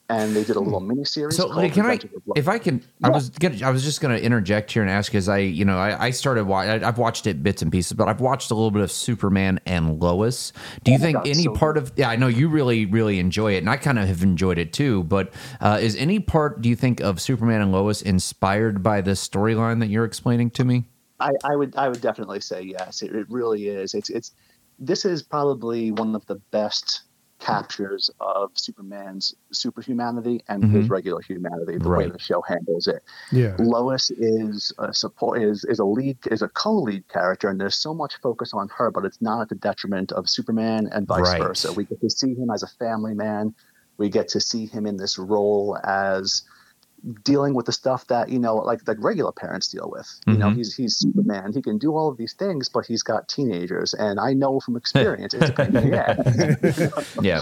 And they did a little miniseries. Hmm. So called like, can I, Revenge of the Blo- if I can, I was gonna, I was just gonna interject here and ask because I, you know, I, I started wa- I, I've watched it bits and pieces, but I've watched a little bit of Superman and Lois. Do you think Oh God, any so part of? Yeah, I know you really, really enjoy it, and I kind of have enjoyed it too. But uh, is any part do you think of Superman and Lois inspired by this storyline that you're explaining to me? I, I would I would definitely say yes. It, it really is. It's it's this is probably one of the best captures of Superman's superhumanity and his regular humanity. The way Mm-hmm. Right. the show handles it. Yeah. Lois is a support is is a lead is a co-lead character, and there's so much focus on her, but it's not at the detriment of Superman and vice Right. versa. We get to see him as a family man. We get to see him in this role as dealing with the stuff that you know like like regular parents deal with you know he's he's superman he can do all of these things but he's got teenagers and i know from experience it's a pain in the ass Yeah.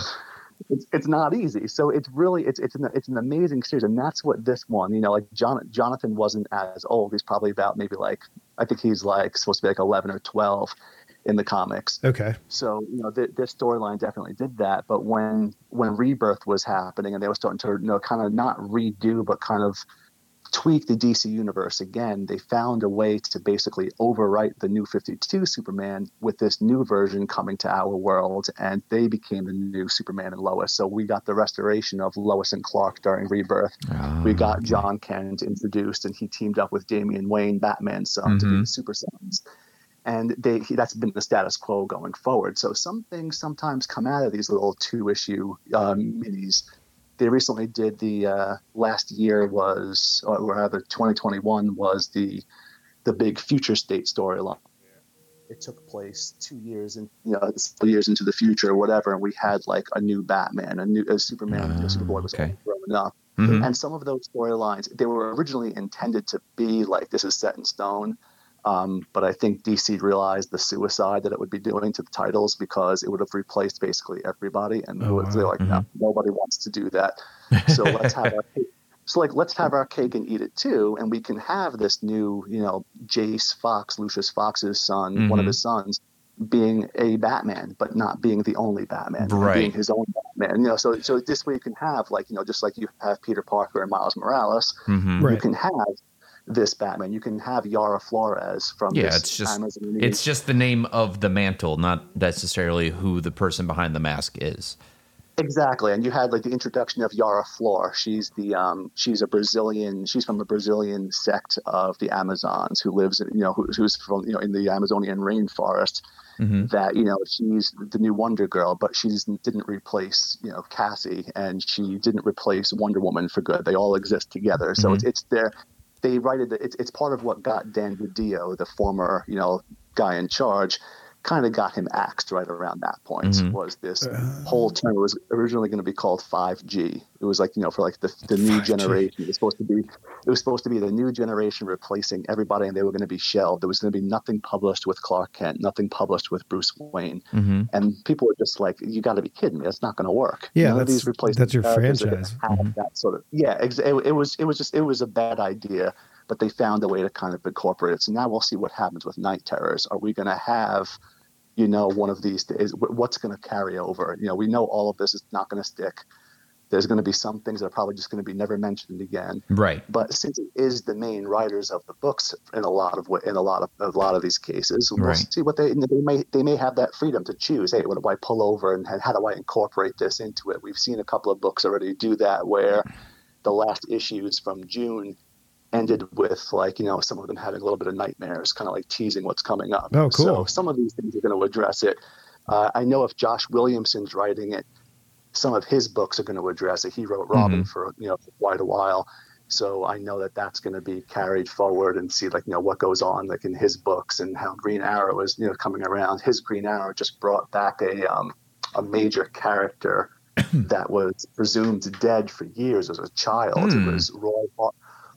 it's, it's not easy. So it's really it's it's an it's an amazing series, and that's what this one. You know, like John, Jonathan wasn't as old. He's probably about maybe like I think he's like supposed to be like eleven or twelve in the comics. Okay. So you know, th- this storyline definitely did that. But when when Rebirth was happening, and they were starting to you know kind of not redo, but kind of tweak the DC universe again, they found a way to basically overwrite the new 52 Superman with this new version coming to our world, and they became the new Superman and Lois. So we got the restoration of Lois and Clark during Rebirth. Ah. we got John Kent introduced, and he teamed up with Damian Wayne, Batman's son, to be the Super Sons. And they, he, that's been the status quo going forward. So some things sometimes come out of these little two issue um, minis they recently did the uh, last year was or rather 2021 was the the big future state storyline it took place two years and you know several years into the future or whatever and we had like a new batman a new a superman a superboy was okay. growing up and some of those storylines they were originally intended to be like this is set in stone um, but I think DC realized the suicide that it would be doing to the titles because it would have replaced basically everybody, and Oh, they're like, no, nobody wants to do that. So [laughs] let's have our cake. so like let's have our cake and eat it too, and we can have this new, you know, Jace Fox, Lucius Fox's son, Mm-hmm. one of his sons, being a Batman, but not being the only Batman, but being Right. his own Batman. You know, so so this way you can have like you know just like you have Peter Parker and Miles Morales, Mm-hmm. you Right. can have this Batman. You can have Yara Flores from Yeah, this it's just Amazon It's just the name of the mantle, not necessarily who the person behind the mask is. exactly. And you had like the introduction of Yara Flor. She's the um, she's a Brazilian. She's from a Brazilian sect of the Amazons who lives, in- you know, who, who's from you know in the Amazonian rainforest. That you know she's the new Wonder Girl, but she didn't replace you know Cassie, and she didn't replace Wonder Woman for good. They all exist together, so it's it's their they write it. It's, it's part of what got Dan Dio, the former you know guy in charge, kind of got him axed right around that point. Was this whole term it was originally going to be called 5G? It was like you know for like the, the new generation. It was supposed to be it was supposed to be the new generation replacing everybody, and they were going to be shelved. There was going to be nothing published with Clark Kent, nothing published with Bruce Wayne, and people were just like, "You got to be kidding me! That's not going to work." Mm-hmm. Yeah, None of that's- these replacement that's your characters are gonna franchise. Mm-hmm. have that sort of yeah ex- it, it was it was just it was a bad idea but they found a way to kind of incorporate it so now we'll see what happens with night terrors are we going to have you know one of these is what's going to carry over you know we know all of this is not going to stick there's going to be some things that are probably just going to be never mentioned again Right. but since it is the main writers of the books in a lot of wa- in a lot of a lot of these cases, we'll Right. see what they they may they may have that freedom to choose. Hey, what do I pull over and how do I incorporate this into it? We've seen a couple of books already do that where the last issues from June ended with like you know some of them having a little bit of nightmares, kind of like teasing what's coming up. Oh, cool. So some of these things are going to address it. Uh, I know if Josh Williamson's writing it, some of his books are going to address it. He wrote Mm-hmm. Robin for you know quite a while, so I know that that's going to be carried forward and see like you know what goes on like in his books and how Green Arrow is you know coming around. His Green Arrow just brought back a um, a major [clears throat] character that was presumed dead for years as a child. Hmm. It was Roy. Har-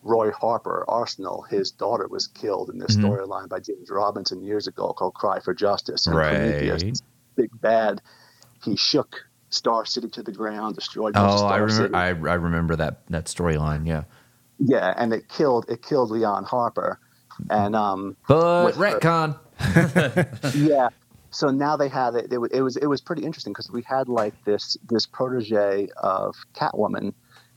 Roy Harper, Arsenal, his daughter was killed in Mm-hmm. this storyline by James Robinson years ago called Cry for Justice. And Prometheus, Right. Big Bad, he shook Star City to the ground, destroyed most of Oh, Star I City. remember. I, I remember that that storyline. Yeah. yeah, and it killed it killed Leon Harper. Mm-hmm. And um, But With her. retcon. yeah. So now they had it. It was it was, it was pretty interesting because we had like this this protege of Catwoman.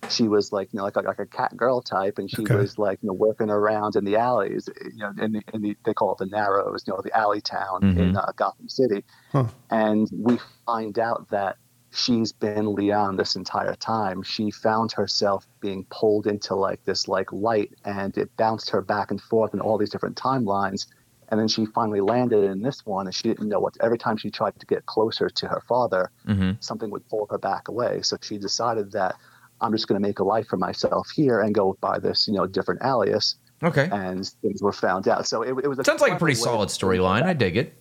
She was like you know like like, a cat girl type, and she Okay. was like you know working around in the alleys, you know, in the, in the they call it the Narrows, you know, the alley town in uh, Gotham City. Huh. And we find out that she's been Leon this entire time. She found herself being pulled into like this like light, and it bounced her back and forth in all these different timelines. And then she finally landed in this one, and she didn't know what. Every time she tried to get closer to her father, Mm-hmm. something would pull her back away. So she decided that I'm just going to make a life for myself here and go by this, you know, different alias. Okay. Uh, And things were found out. So it, it was a Sounds like a pretty clever way solid to- [laughs] storyline. I dig it.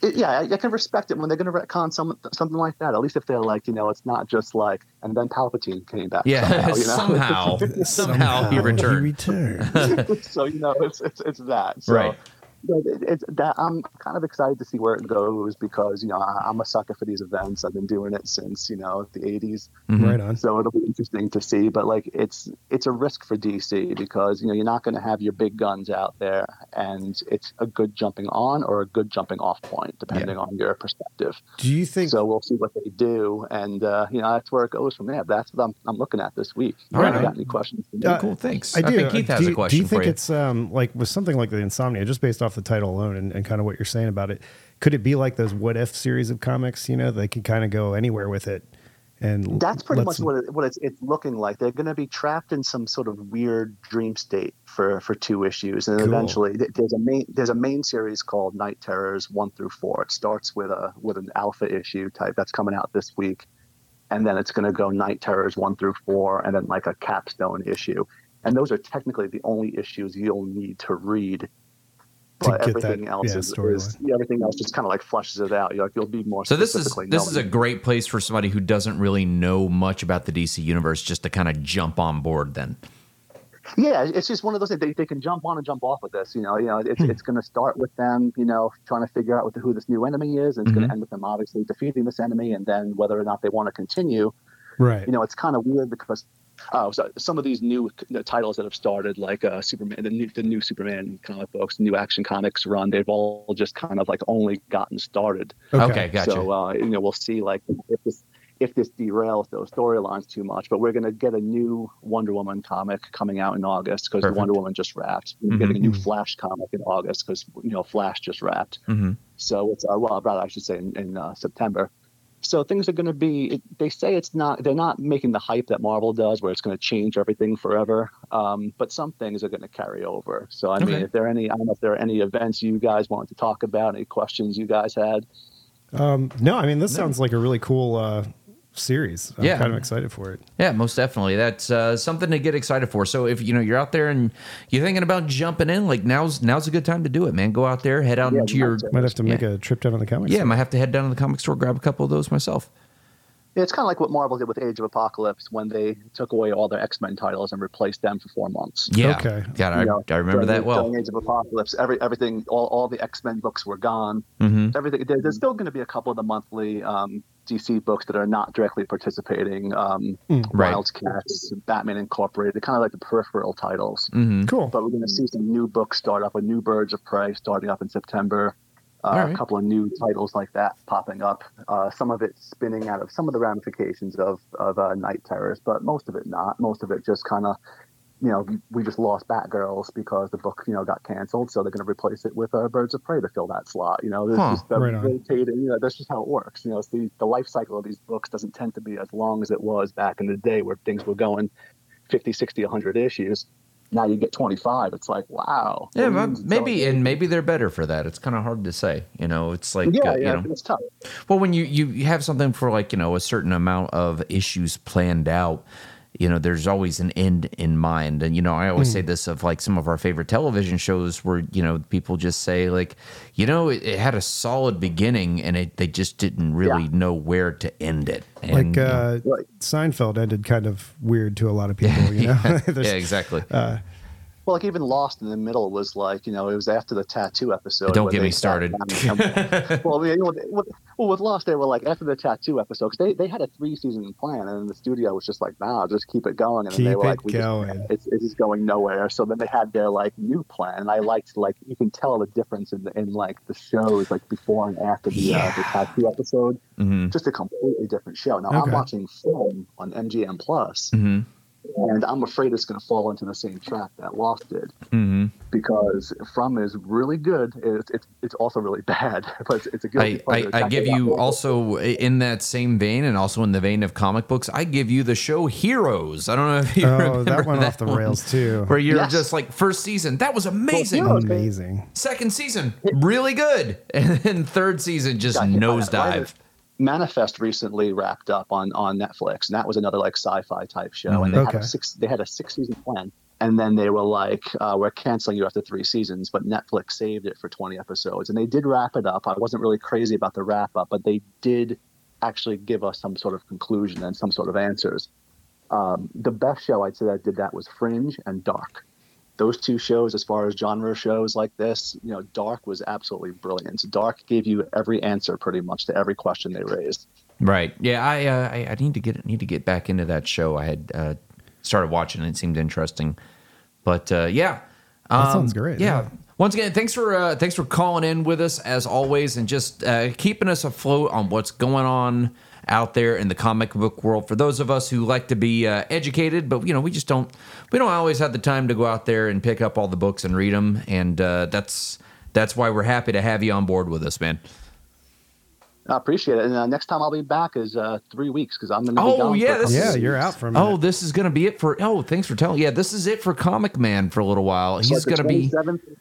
it, yeah, I, I can respect it when they're going to retcon some, something like that. At least if they're like, you know, it's not just like, and then Palpatine came back. Yeah, [laughs] somehow, you know? somehow, somehow, he returned. [laughs] so you know it's it's, it's that so, Right. but it, it's that i'm kind of excited to see where it goes because you know I, i'm a sucker for these events i've been doing it since you know the 80s Mm-hmm. Right on. so it'll be interesting to see but like it's it's a risk for dc because you know you're not going to have your big guns out there and it's a good jumping on or a good jumping off point depending on your perspective Do you think? so we'll see what they do and uh, you know that's where it goes from there that's what i'm, I'm looking at this week All right. If you got any questions for me. Uh, cool, thanks. I do. think Keith Uh, has do, a you- question Do you think for you. it's um, like with something like the Insomnia, just based off the title alone and, and kind of what you're saying about it? Could it be like those what if series of comics? You know, they can kind of go anywhere with it. And That's pretty let's- much what, it, what it's, it's looking like. They're going to be trapped in some sort of weird dream state for, for two issues, and Cool. eventually th- there's a main there's a main series called Night Terrors one through four. It starts with a with an alpha issue type that's coming out this week, and then it's going to go Night Terrors one through four, and then like a capstone issue, and those are technically the only issues you'll need to read. To But get that, everything else yeah, is, is storyline. yeah, everything else just kind of like flushes it out. You're like you'll be more So this is specifically this is a knowing. great place for somebody who doesn't really know much about the DC universe just to kind of jump on board. Then, yeah, it's just one of those things they, they can jump on and jump off with this. You know, you know, it's it's going to start with them, you know, trying to figure out what the, who this new enemy is, and it's going to end with them obviously defeating this enemy, and then whether or not they want to continue. right. You know, it's kind of weird because. Oh, so some of these new you know, titles that have started, like uh, Superman, the new, the new Superman comic books, new Action Comics run, they've all just kind of like only gotten started. okay, gotcha. So uh, you know, we'll see like if this if this derails those storylines too much. But we're gonna get a new Wonder Woman comic coming out in August because Perfect. Mm-hmm, Wonder Woman just wrapped. We're getting a new Flash comic in August because you know Flash just wrapped. Mhm. So it's uh, well, rather I should say in, in uh, September. So things are going to be. It, they say it's not. They're not making the hype that Marvel does, where it's going to change everything forever. Um, but some things are going to carry over. So I mean, Okay. if there are any, I don't know if there are any events you guys wanted to talk about, any questions you guys had. Um, No, I mean this sounds like a really cool uh, series. I'm Yeah. kind of excited for it. Yeah, most definitely. That's uh, something to get excited for. So if you know you're out there and you're thinking about jumping in, like now's now's a good time to do it, man. Go out there, head out Yeah, into your that's it. Might have to make a trip down to the comics. yeah. I might have to head down to the comic store, grab a couple of those myself. Yeah, it's kind of like what Marvel did with Age of Apocalypse when they took away all their X Men titles and replaced them for four months. Yeah. Okay. God, I, You know, I remember during that the- well. During Age of Apocalypse, every everything, all, all the X Men books were gone. Mm-hmm. Everything. There, there's still going to be a couple of the monthly um, DC books that are not directly participating. Um, right. Wildcats, Batman Incorporated, kind of like the peripheral titles. Mm-hmm. cool. But we're going to see some new books start up with new Birds of Prey starting up in September. Uh, All right. A couple of new titles like that popping up. Uh, some of it spinning out of some of the ramifications of of uh, Night Terrors, but most of it not. Most of it just kind of, you know, we just lost Batgirls because the book you know got canceled, so they're going to replace it with uh, Birds of Prey to fill that slot. You know, there's Huh, just the right on. rotating. You know, that's just how it works. You know, it's the the life cycle of these books doesn't tend to be as long as it was back in the day where things were going 50, 60, 100 issues. Now you get 25. It's like, wow. Yeah, Mm, ma- so- maybe and maybe they're better for that. It's kind of hard to say. You know, it's like Yeah, uh, you yeah, know, it's tough. Well, when you, you you have something for like you know a certain amount of issues planned out, you know there's always an end in mind, and you know I always say this of like some of our favorite television shows where you know people just say like, you know it, it had a solid beginning and it they just didn't really Yeah. know where to end it. And, like uh, Right. Seinfeld ended kind of weird to a lot of people. [laughs] you know, yeah, uh, [laughs] There's- yeah, exactly. Well, like even Lost in the Middle was like, you know, it was after the tattoo episode. Don't where get they me sat started. [laughs] down and- well, yeah, you know, with- well, with Lost, they were like after the tattoo episode because they, they had a three season plan, and the studio was just like, nah, just keep it going. And then they Keep were it like, we just- going. it's, it's just going nowhere. So then they had their like new plan, and I liked like you can tell the difference in the, in like the shows like before and after the, uh, the tattoo episode. Mm-hmm. Just a completely different show. Now I'm Okay. watching film on MGM Plus, Mhm. and I'm afraid it's going to fall into the same trap that Lost did hmm because From is really good. It's it's, it's also really bad, [laughs] but it's, it's a good. I, I, I give you also in that same vein and also in the vein of comic books, I give you the show Heroes. I don't know if you oh, remember that went off the rails too. where you're Yes. just like first season that was amazing Well, Amazing. second season really good [laughs] and then third season just nosedive Manifest recently wrapped up on on Netflix, and that was another like sci-fi type show, and they had Okay. a six they had a six season plan. And then they were like, uh, we're canceling you after three seasons, but Netflix saved it for 20 episodes. And they did wrap it up. I wasn't really crazy about the wrap up, but they did actually give us some sort of conclusion and some sort of answers. Um, the best show I'd say that did that was Fringe and Dark. Those two shows, as far as genre shows like this, you know, Dark was absolutely brilliant. Dark gave you every answer pretty much to every question they raised. Right. Yeah. I, uh, I I need to get need to get back into that show. I had uh, started watching. it. It seemed interesting, but uh, yeah, um, sounds great, Yeah. yeah. Once again, thanks for uh, thanks for calling in with us as always, and just uh, keeping us afloat on what's going on out there in the comic book world. For those of us who like to be uh, educated, but you know, we just don't we don't always have the time to go out there and pick up all the books and read them, and uh, that's that's why we're happy to have you on board with us, man. I appreciate it. And uh, next time I'll be back is uh, three weeks because I'm going to be Oh gone. yeah, for a this couple Yeah, is, you're out for a minute. Oh, this is gonna be it for. Oh, thanks for telling. Yeah, this is it for Comic Man for a little while. He's It's like the gonna be. 27th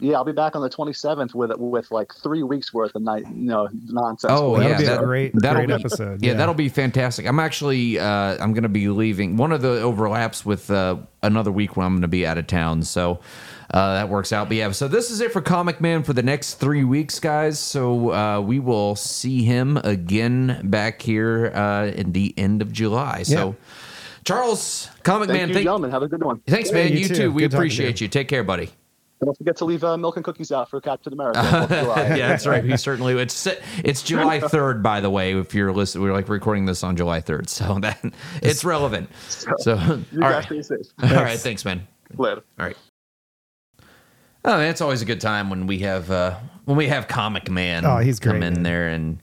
Yeah, I'll be back on the 27th with with like three weeks worth of night, you know, nonsense. Oh That'll yeah, be a great- that'll great be- episode, Yeah, yeah. that'll be fantastic. I'm actually uh, I'm gonna be leaving. One of the overlaps with uh, another week when I'm gonna be out of town, so uh, that works out. But yeah, so this is it for Comic Man for the next three weeks, guys. So uh, we will see him again back here uh, in the end of July. So Charles, Comic Thank Man, you, thank, gentlemen. Have a good one. thanks, Yeah, man. you you too. too. We Good talking to appreciate you. Take care, buddy. Don't forget to leave uh, milk and cookies out for [laughs] Captain America. Fourth of July. yeah, that's right. We certainly it's se- it's July third, by the way. If you're listening, we're like recording this on July third, so [laughs] that it's relevant. So all You guys right, stay safe. all right, thanks, man. Later. All right. Oh, man, it's always a good time when we have uh, when we have Comic Man. Oh, he's come great, in man. there and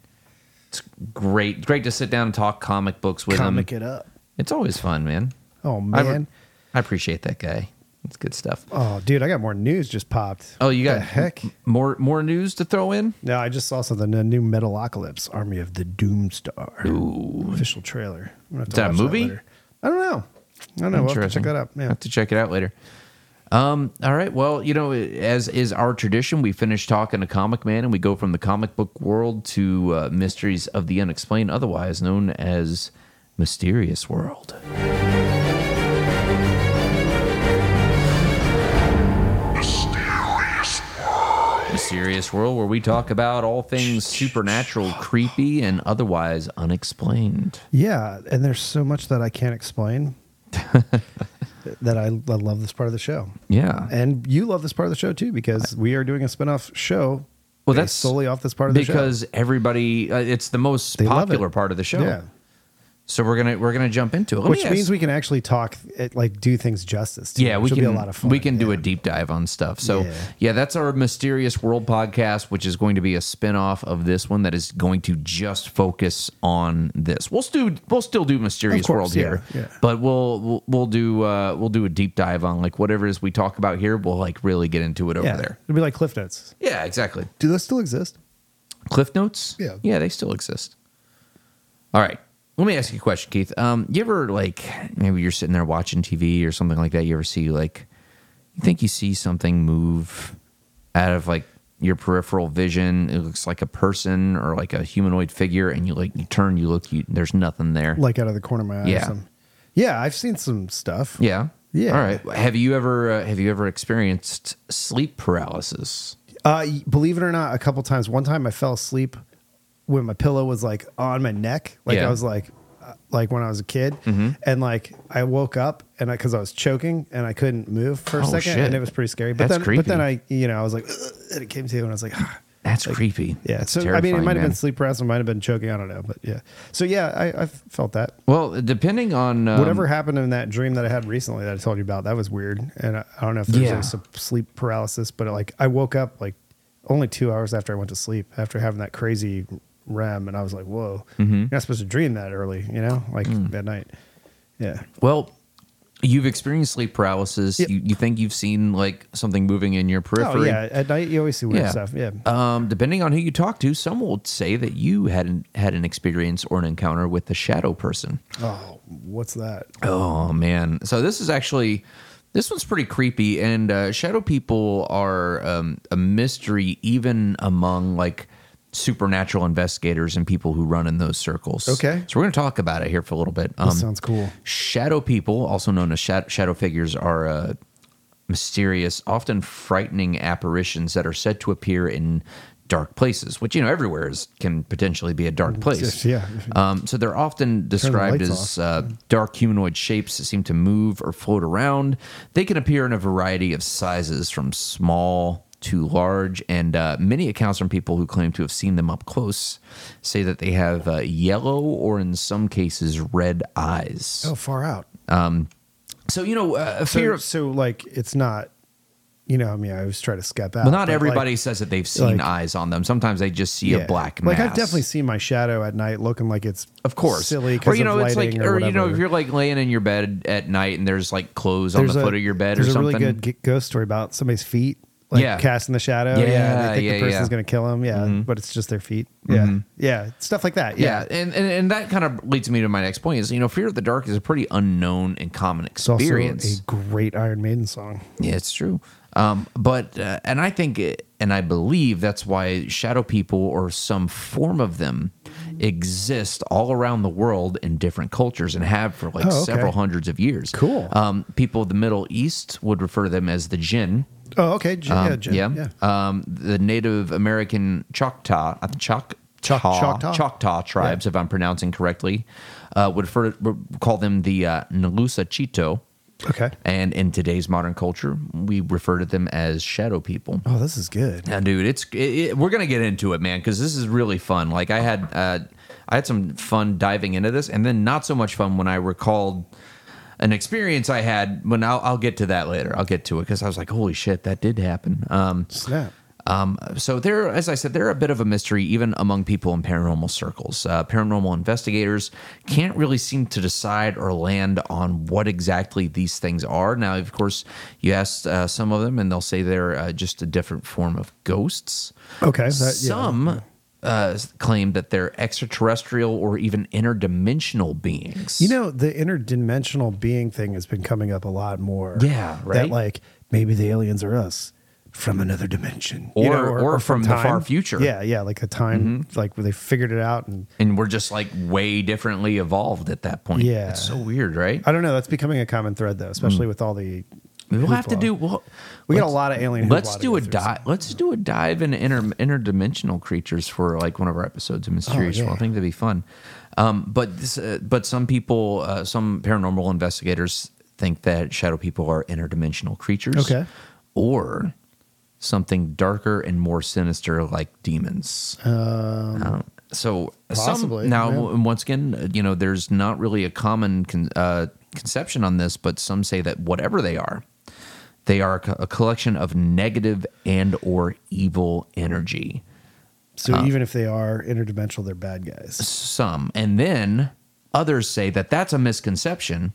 it's great. Great to sit down and talk comic books with comic him. it up. It's always fun, man. Oh I, man. I appreciate that guy. It's good stuff. Oh dude, I got more news just popped. Oh, you got the heck? more more news to throw in? No, I just saw something. The new Metalocalypse, Army of the Doomstar. Official trailer. I'm gonna have to Is that a watch movie? later. I don't know. I don't know. We'll have to check Interesting. that out. Yeah. Have to check it out later. Um, all right. Well, you know, as is our tradition, we finish talking to Comic Man and we go from the comic book world to uh, mysteries of the unexplained, otherwise known as Mysterious World. Mysterious World, where we talk about all things supernatural, creepy, and otherwise unexplained. Yeah, and there's so much that I can't [laughs] explain. that I, I love this part of the show. Yeah. And you love this part of the show too because we are doing a spin-off show. based Well, that's solely off this part of the show. because everybody, uh, it's the most They love popular it. part of the show. Yeah. So we're gonna we're gonna jump into it, Let me which ask- means we can actually talk, it, like do things justice. To yeah it, we which can will be a lot of fun. we can do Yeah. a deep dive on stuff. So Yeah. yeah. that's our mysterious world podcast, which is going to be a spin off of this one that is going to just focus on this. We'll still we'll still do mysterious Of course, world yeah, here, yeah. but we'll, we'll we'll do uh, we'll do a deep dive on like whatever it is we talk about here. We'll like really get into it over yeah. there. It'll be like Cliff Notes. Yeah, exactly. Do those still exist? Cliff Notes? Yeah. Yeah, they still exist. All right. Let me ask you a question, Keith. Um, you ever like maybe you're sitting there watching TV or something like that, you ever see like you think you see something move out of like your peripheral vision. It looks like a person or like a humanoid figure, and you like you turn, you look, you there's nothing there. Like out of the corner of my eye. or Yeah. something. Yeah, I've seen some stuff. yeah. Yeah. All right. Have you ever uh, have you ever experienced sleep paralysis? Uh, y- believe it or not, a couple times. One time I fell asleep when my pillow was like on my neck. Like Yeah. Mm-hmm. I was like, uh, like when I was a kid, and like I woke up and I because I was choking and I couldn't move for a Oh, second, shit. and it was pretty scary. But That's then, creepy. but then I, you know, I was like, "Ugh," and it came to, and I was like, ah. That's creepy. yeah. That's So I mean, it terrifying, might have man. been sleep paralysis, it might have been choking. I don't know, but yeah. So yeah, I, I felt that. Well, depending on um, Whatever happened in that dream that I had recently that I told you about, that was weird. And I, I don't know if there's Yeah. like some sleep paralysis, but like I woke up like only two hours after I went to sleep after having that crazy REM, and I was like, "Whoa, Mm-hmm. you're not supposed to dream that early," you know, like Mm. at night. Yeah, Well, you've experienced sleep paralysis. Yep. You, you think you've seen like something moving in your oh periphery. yeah, at night you always see weird Yeah. stuff. Yeah, Um, depending on who you talk to, some will say that you had an, had an experience or an encounter with the shadow person. oh, what's that? Oh man! So this is actually this one's pretty creepy, and uh, shadow people are um, a mystery even among like supernatural investigators and people who run in those circles. Okay. So we're going to talk about it here for a little bit. Um, sounds cool. Shadow people, also known as shadow, shadow figures, are uh, mysterious, often frightening apparitions that are said to appear in dark places, which you know everywhere is can potentially be a dark Yes, place. yeah. Um, so they're often described lights as uh, dark humanoid shapes that seem to move or float around. They can appear in a variety of sizes, from small to large, and uh, many accounts from people who claim to have seen them up close say that they have uh, yellow or, in some cases, red eyes. Oh, far out. So you know, uh, a So, fear of so like it's not. You know, I mean, I always try to skep out. well, but, not like, everybody says that they've seen like- eyes on them. Sometimes they just see yeah. a black Like mass. I've definitely seen my shadow at night, looking like it's of course silly because you know of it's lighting like or, or, you know if whatever. you're like laying in your bed at night and there's like clothes on the a- foot of your bed or there's something a really good g- ghost story about somebody's feet, like Yeah. casting the shadow. Yeah, Yeah, they think yeah, the person's yeah. gonna kill him. Yeah, but it's just their feet. Yeah, yeah, stuff like that. Yeah, yeah, and, and and that kind of leads me to my next point is you know fear of the dark is a pretty unknown and common it's also experience a great Iron Maiden song. Yeah, it's true. Um, but uh, and I think it, and I believe that's why shadow people or some form of them exist all around the world in different cultures and have for like Oh, okay. several hundreds of years. Cool. Um, people of the Middle East would refer to them as the jinn. Oh, okay, J- yeah, Jim, Um, yeah. yeah. Um, the Native American Choctaw, uh, Choc- Choc- Chaw- Choctaw. Choctaw tribes, if I'm pronouncing correctly, uh, would refer would call them the uh, Nalusa Chito. Okay. And in today's modern culture, we refer to them as shadow people. Oh, this is good. Now, dude, it's it, it- we're gonna get into it, man, because this is really fun. Like I had, uh, I had some fun diving into this, and then not so much fun when I recalled an experience I had. When I'll, I'll get to that later. I'll get to it because I was like, holy shit, that did happen. Um, Snap. um, so they're, as I said, they're a bit of a mystery even among people in paranormal circles. Uh, paranormal investigators can't really seem to decide or land on what exactly these things are. Now, of course, you ask uh, some of them, and they'll say they're uh, just a different form of ghosts. Okay, that, yeah. some uh, claim that they're extraterrestrial or even interdimensional beings. You know, the interdimensional being thing has been coming up a lot more. Yeah, right? That like maybe the aliens are us from another dimension, Or- or from the far time. future. Mm-hmm. Yeah, yeah, like the time, like where they figured it out, and and we're just like way differently evolved at that point. Yeah. it's so weird, right? I don't know. That's becoming a common thread though, especially with all the. Mm. We'll have to hoopla. do. We'll, We got a let's- lot of alien. Let's hoopla to do go a through, dive. Let's do a dive into inter- interdimensional creatures for like one of our episodes of Mysterious Oh, yeah. World. I think that'd be fun. Um, but this, uh, but some people, uh, some paranormal investigators think that shadow people are interdimensional creatures. Okay. Or something darker and more sinister, like demons. Um, so Possibly, some, now yeah. w- once again, uh, you know, there's not really a common con- uh, conception on this, but some say that whatever they are, they are a co- a collection of negative and or evil energy. So uh, even if they are interdimensional, they're bad guys. Some, and then others say that that's a misconception,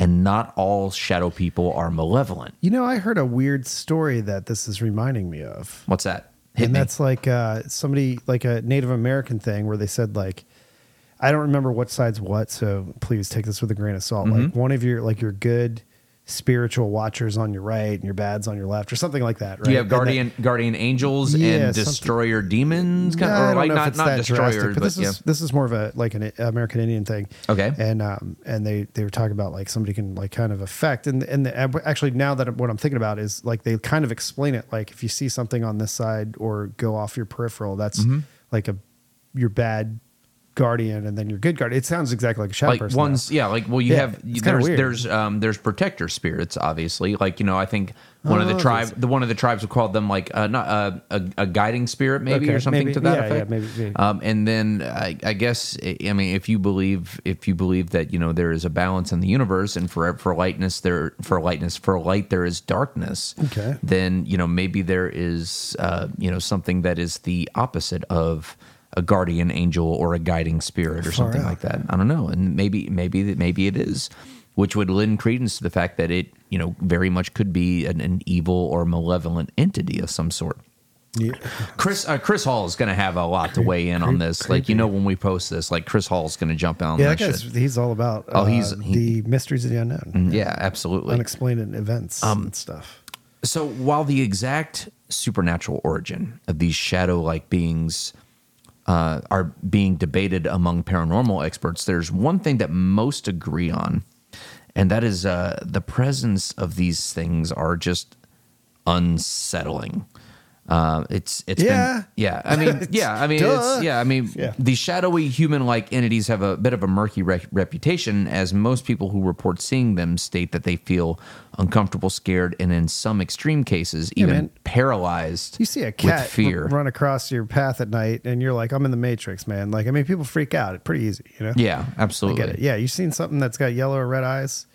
and not all shadow people are malevolent. You know, I heard a weird story that this is reminding me of. What's that? Hit and me. that's like uh, somebody like a Native American thing where they said like, I don't remember what side's what, so please take this with a grain of salt. Mm-hmm. Like one of your like your good spiritual watchers on your right and your bads on your left or something like that. Right? you have And that- guardian guardian angels Yeah, and something- destroyer demons, kind No, I of, or don't like know if not it's not that destroyer, drastic, but, this yeah. is this is more of a like an I- American Indian thing. Okay. and um and they they were talking about like somebody can like kind of affect and and the, actually now that what I'm thinking about is like they kind of explain it like if you see something on this side or go off your peripheral, that's Mm-hmm. like a your bad guardian and then your good guardian. It sounds exactly like a shadow like person. ones yeah like well you Yeah, have it's kinda there's weird. there's um there's protector spirits obviously like you know i think one of the Oh, tribe that's- the one of the tribes would call them like uh, not uh, a, a guiding spirit maybe Okay, or something maybe- to that yeah, effect yeah, maybe- maybe. um and then I, I guess i I mean if you believe if you believe that you know there is a balance in the universe and for for lightness there for lightness for light there is darkness Okay. then you know maybe there is uh you know something that is the opposite of a guardian angel or a guiding spirit or Far something out. like that. I don't know, and maybe maybe maybe it is, which would lend credence to the fact that it you know very much could be an, an evil or malevolent entity of some sort. Yeah. Chris uh, Chris Hall is going to have a lot to weigh in on this. Like you know when we post this, like Chris Hall is going to jump out on Yeah, that that guy's, shit. he's all about Oh, he's- uh, he- Mm-hmm. the mysteries of the unknown, Yeah, um, absolutely. unexplained events and stuff. So while the exact supernatural origin of these shadow like beings uh, are being debated among paranormal experts, there's one thing that most agree on, and that is uh, the presence of these things are just unsettling. Uh, it's it's Yeah. been yeah. [laughs] I mean yeah. I mean Duh. it's yeah. I mean Yeah. these shadowy human-like entities have a bit of a murky re- reputation, as most people who report seeing them state that they feel uncomfortable, scared, and in some extreme cases even man. paralyzed. You see a cat with fear. r- run across your path at night, and you're like, "I'm in the Matrix, man." Like, I mean, people freak out pretty easy, you know. Yeah, I absolutely. get it. Yeah, you've seen something that's got yellow or red eyes.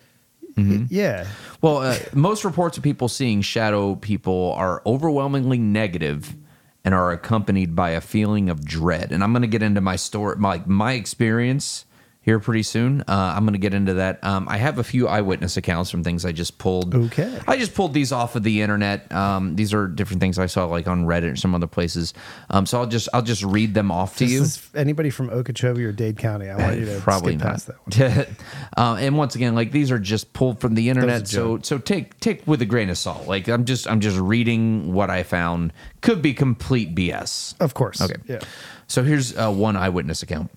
Mm-hmm. Yeah, Well, uh, most reports of people seeing shadow people are overwhelmingly negative and are accompanied by a feeling of dread. And I'm going to get into my story, my my experience here pretty soon. Uh, I'm going to get into that. Um, I have a few eyewitness accounts from things I just pulled. Okay. I just pulled these off of the internet. Um, these are different things I saw like on Reddit or some other places. Um, so I'll just I'll just read them off to This you. Eh, is anybody from Okeechobee or Dade County. I want you to probably skip not. past that one. [laughs] Uh, and once again, like these are just pulled from the internet, That so so take take with a grain of salt. Like I'm just I'm just reading what I found. Could be complete BS. Of course. Okay. Oh, Yeah. So here's uh, one eyewitness account.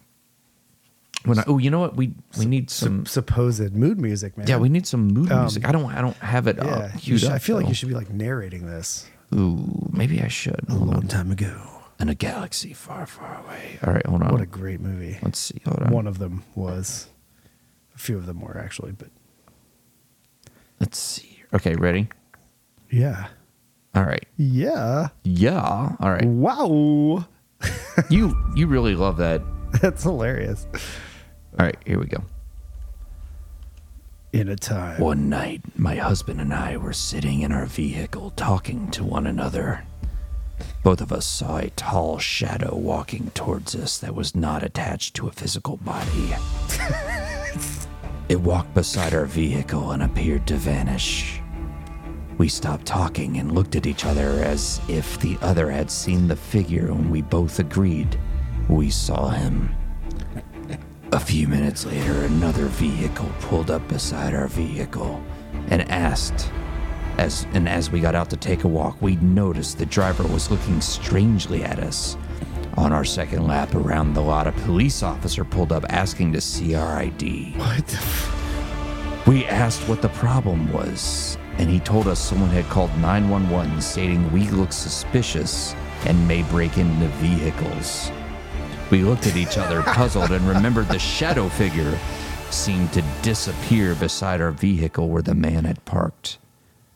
When I, oh, you know what we we need some Supposed mood music, man. yeah we need some mood music. I don't I don't have it. Um, Yeah. Uh, You queued should- up, I feel like though. you should be like narrating this. Ooh, maybe I should. A long time ago. In a galaxy far far away. All right, hold on. What a great movie. Let's see. Hold on. One of them was. A few of them were actually, but Let's see. Okay, ready. yeah. All right. Yeah. Yeah. All right. Wow. You you really love that. [laughs] That's hilarious. All right, here we go. In a time. One night, my husband and I were sitting in our vehicle talking to one another. Both of us saw a tall shadow walking towards us that was not attached to a physical body. it walked beside our vehicle and appeared to vanish. We stopped talking and looked at each other as if the other had seen the figure, and we both agreed we saw him. A few minutes later, another vehicle pulled up beside our vehicle and asked as and as we got out to take a walk, we noticed the driver was looking strangely at us. On our second lap around the lot, a police officer pulled up asking to see our ID. What the f- We asked what the problem was, and he told us someone had called 911 stating we look suspicious and may break into vehicles. We looked at each other, puzzled, and remembered the shadow figure seemed to disappear beside our vehicle where the man had parked.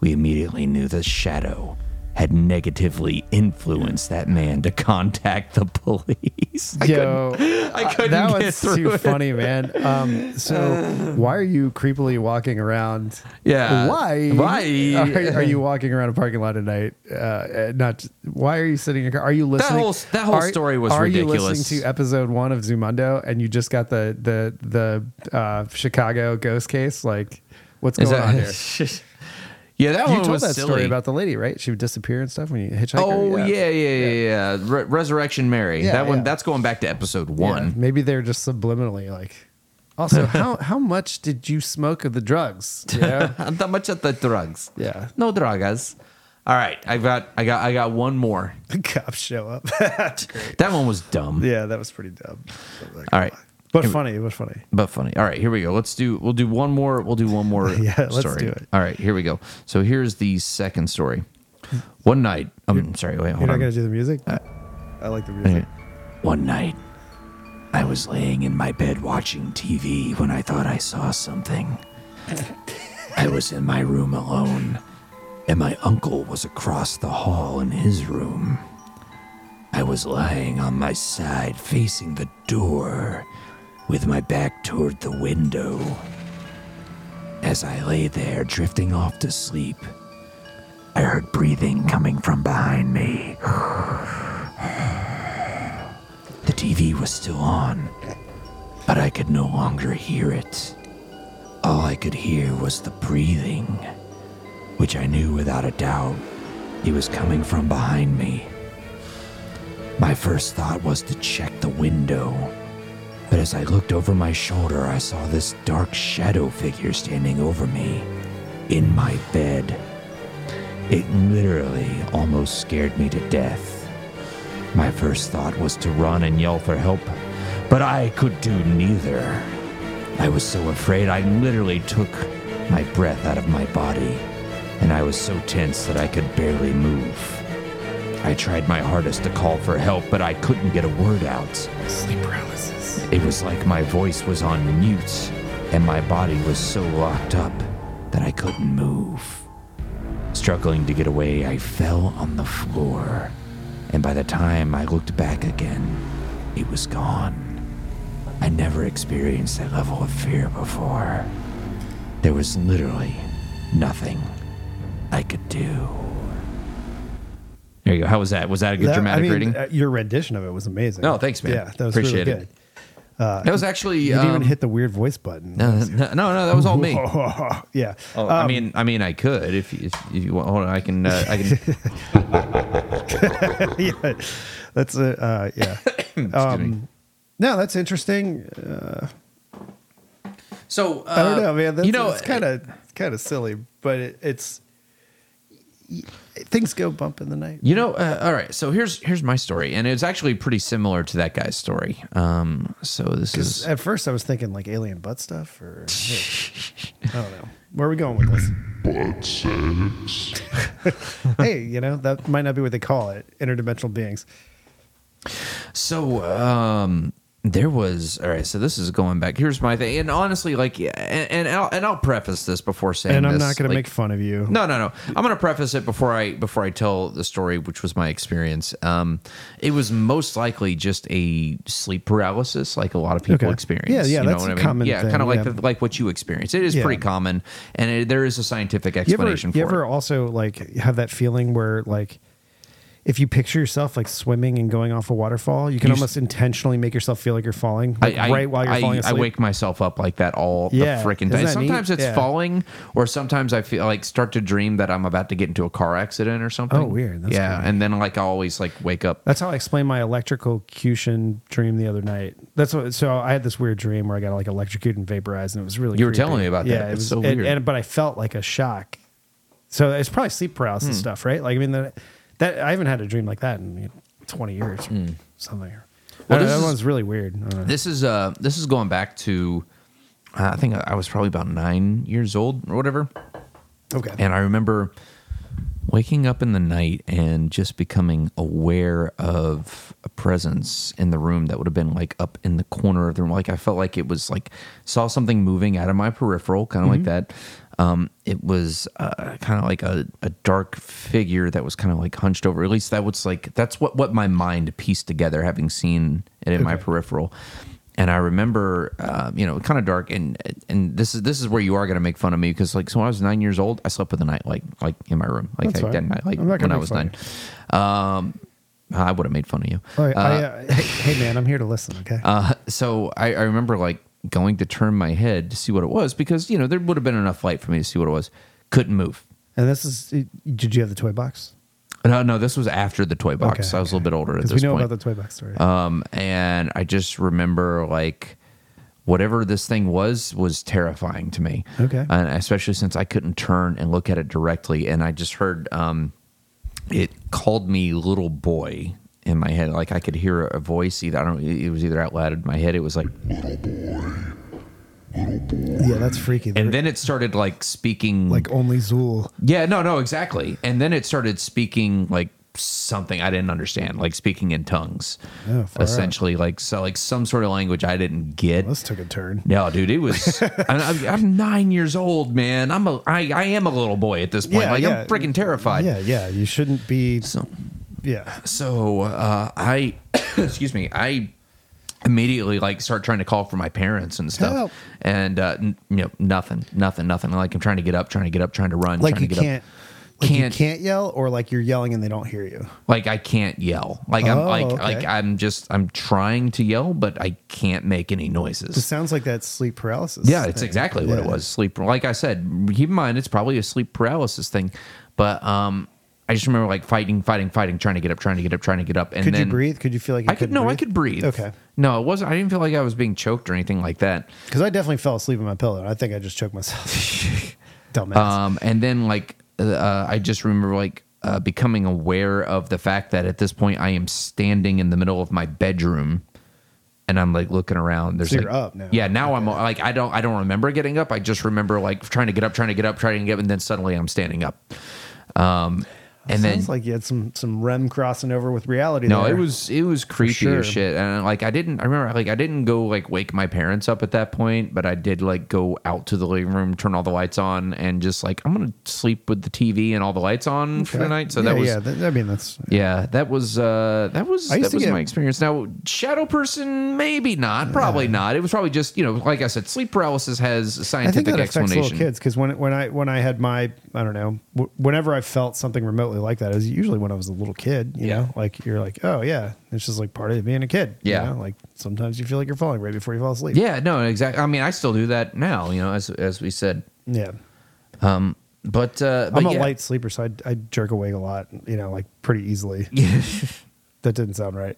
We immediately knew the shadow had negatively influenced that man to contact the [laughs] police. I Yo, [laughs] couldn't, I couldn't that get one's through too it. Uh. funny, man. Um, so, why are you creepily walking around? Yeah. Why? Uh, Why? [laughs] [laughs] are, are you walking around a parking lot at night? Uh, not. Why are you sitting in your car? Are you listening? whole- that whole are- story was are you ridiculous. listening to episode one of Zumundo and you just got the the the uh, Chicago ghost case? Like, what's going Is [laughs] that- on here? yeah, that You one told was that silly. story about the lady, right? She would disappear and stuff when you hitchhike. Oh yeah, yeah, yeah, yeah. Re- Resurrection Mary. Yeah, that one. yeah. That's going back to episode Yeah, one. maybe they're just subliminally like. [laughs] Also, how how much did you smoke of the drugs? You know? [laughs] Not much of the drugs. yeah. No dragas. All right, I got, I got, I got one more. [laughs] The cops show up. That one was dumb, [laughs] yeah, that was pretty dumb. Like, All right. But funny. It was funny. but funny. All right, here we go. Let's do. We'll do one more. We'll do one more. [laughs] Yeah, let's story. do it. All right, here we go. So here's the second story. One night. I'm sorry. Wait, You're hold not on. Uh, going to do the music? I like the music. One night, I was laying in my bed watching TV when I thought I saw something. I was in my room alone, and my uncle was across the hall in his room. I was lying on my side facing the door with my back toward the window. As I lay there drifting off to sleep, I heard breathing coming from behind me. [sighs] The TV was still on, but I could no longer hear it. All I could hear was the breathing, which I knew without a doubt it was coming from behind me. My first thought was to check the window, but as I looked over my shoulder, I saw this dark shadow figure standing over me in my bed. It literally almost scared me to death. My first thought was to run and yell for help, but I could do neither. I was so afraid I literally took my breath out of my body, and I was so tense that I could barely move. I tried my hardest to call for help, but I couldn't get a word out. Sleep paralysis. It was like my voice was on mute, and my body was so locked up that I couldn't move. Struggling to get away, I fell on the floor, and by the time I looked back again, it was gone. I never experienced that level of fear before. There was literally nothing I could do. There you go. How was that? Was that a good That- dramatic I mean, reading? uh, Your rendition of it was amazing. No, thanks, man. Yeah, that was Appreciate really good. it. that was actually. You didn't um, even hit the weird voice button. no, no, no, no, that was [laughs] all me. yeah. Oh, Um, I mean, I mean, I could if you, if you want. Hold on, I can. Uh, I [laughs] can. yeah, that's a uh, [coughs] yeah. um, no, that's interesting. So uh, I don't know, man. That's, you know, uh, it's kind of kind of silly, but it, it's things go bump in the night. You know, uh, all right. So here's here's my story, and it's actually pretty similar to that guy's story. Um, so this is At first, I was thinking like alien butt stuff, or I don't know. Where are we going with this? Butt sex. [laughs] hey, you know that might not be what they call it. Interdimensional beings. uh, so um, there was all right. So this is going back. Here's my thing, and honestly, like, yeah, and and I'll, and I'll preface this before saying, And I'm this, not going to like- make fun of you. No, no, no. I'm gonna preface it before I before I tell the story, which was my experience. Um, it was most likely just a sleep paralysis, like a lot of people Okay. experience. Yeah, yeah, you know that's what a I mean? common Yeah, thing, kind of like yeah. the, like what you experience. It is Yeah. pretty common, and it, there is a scientific You ever, explanation you for ever it. also like have that feeling where like if you picture yourself like swimming and going off a waterfall, you can You s- almost intentionally make yourself feel like you're falling like, I, I- right while you're I, falling I asleep. wake myself up like that all Yeah, the freaking isn't time. that neat? Sometimes it's Yeah. falling, or sometimes I feel like start to dream that I'm about to get into a car accident or something. Oh, weird. That's yeah, creepy. and then like I always like wake up That's how I explained my electrocution dream the other night. That's what. So I had this weird dream where I got like electrocuted and vaporized, and it was really. You were creepy. telling me about that. it That's was so and- weird. and- but I felt like a shock. So it's probably sleep paralysis Hmm. stuff, right? Like I mean, that, that I haven't had a dream like that in you know, twenty years, or something. I Hmm. Well, don't know, this that is- one's really weird. I don't know. this is uh this is going back to uh, I think I was probably about nine years old or whatever, okay. and I remember waking up in the night and just becoming aware of a presence in the room that would have been like up in the corner of the room. Like I felt like it was like saw something moving out of my peripheral, kind of like that. Um, it was uh, kind of like a, a dark figure that was kind of like hunched over. At least that was like that's what what my mind pieced together, having seen it in my peripheral. And I remember, uh, you know, kind of dark, and and this is this is where you are going to make fun of me because like so when I was nine years old, I slept with a night like like in my room, like That's I fine. did night like I'm not when gonna I make was fun of nine. Um, I would have made fun of you. All right, Uh, I, uh, hey, hey, man, I'm here to listen. Okay. [laughs] uh, so I, I remember like going to turn my head to see what it was because you know there would have been enough light for me to see what it was. Couldn't move. and this is. Did you have the toy box? No, no, this was after the toy box. Okay, I was a little bit older at Because this we know point. about the toy box story. Um, and I just remember like whatever this thing was was terrifying to me. Okay. and especially since I couldn't turn and look at it directly, and I just heard um, it called me little boy in my head. Like I could hear a voice. Either I don't. It was either out loud in my head. It was like, yeah, that's freaky. and then it started like speaking like only Zool. Yeah, no, no, exactly. And then it started speaking like something I didn't understand, like speaking in tongues, Yeah, Oh, far out. essentially, like so, like some sort of language I didn't get. This took a turn. no, dude, it [laughs] was. I'm, I'm nine years old, man. I'm a, I, I am a little boy at this point. Yeah, like yeah. I'm freaking terrified. Yeah, yeah. You shouldn't be. So, Yeah. so uh, I, [coughs] excuse me, I immediately like start trying to call for my parents and stuff, Help. and uh, n- you know nothing, nothing, nothing. Like I'm trying to get up, trying to get up, trying to run, Like trying you to get up. can't. Like Can't- you can't yell, or like you're yelling and they don't hear you. like I can't yell. Like I'm Oh, like okay. like I'm just I'm trying to yell, but I can't make any noises. It sounds like that sleep paralysis. yeah, it's thing. exactly what it Yeah. was. Sleep. Like I said, keep in mind it's probably a sleep paralysis thing, but um, I just remember like fighting, fighting, fighting, trying to get up, trying to get up, trying to get up, and Could then you breathe? Could you feel like you I could no, I could breathe. Okay. No, it wasn't. I didn't feel like I was being choked or anything like that. Because I definitely fell asleep on my pillow. and I [laughs] think I just choked myself. Dumbass. Um, and then like uh, I uh, just remember like uh, becoming aware of the fact that at this point I am standing in the middle of my bedroom, and I'm like looking around. There's So like, you're up now. Yeah, now I'm like I don't I don't remember getting up. I just remember like trying to get up, trying to get up, trying to get up, and then suddenly I'm standing up. Um, and then Sounds like you had some some REM crossing over with reality. no, there. it was it was creepy sure. as shit. And like I didn't I remember like I didn't go like wake my parents up at that point, but I did like go out to the living room, turn all the lights on, and just like I'm gonna sleep with the TV and all the lights on for the night. So yeah, that was yeah. That, I mean, that's yeah, that was uh, that was I used that to was get- my experience. Now, shadow person, maybe not, probably not. It was probably just you know, like I said, sleep paralysis has I a think scientific that affects explanation. little kids because when when I when I had my I don't know w- whenever I felt something remotely like that it was usually when I was a little kid you Yeah. know like you're like oh yeah it's just like part of being a kid you Yeah. know? like sometimes you feel like you're falling right before you fall asleep Yeah, no, exactly. I mean, I still do that now. You know, as as we said, yeah but uh, but I'm a yeah. light sleeper so I, I jerk awake a lot you know like pretty [laughs] easily that didn't sound right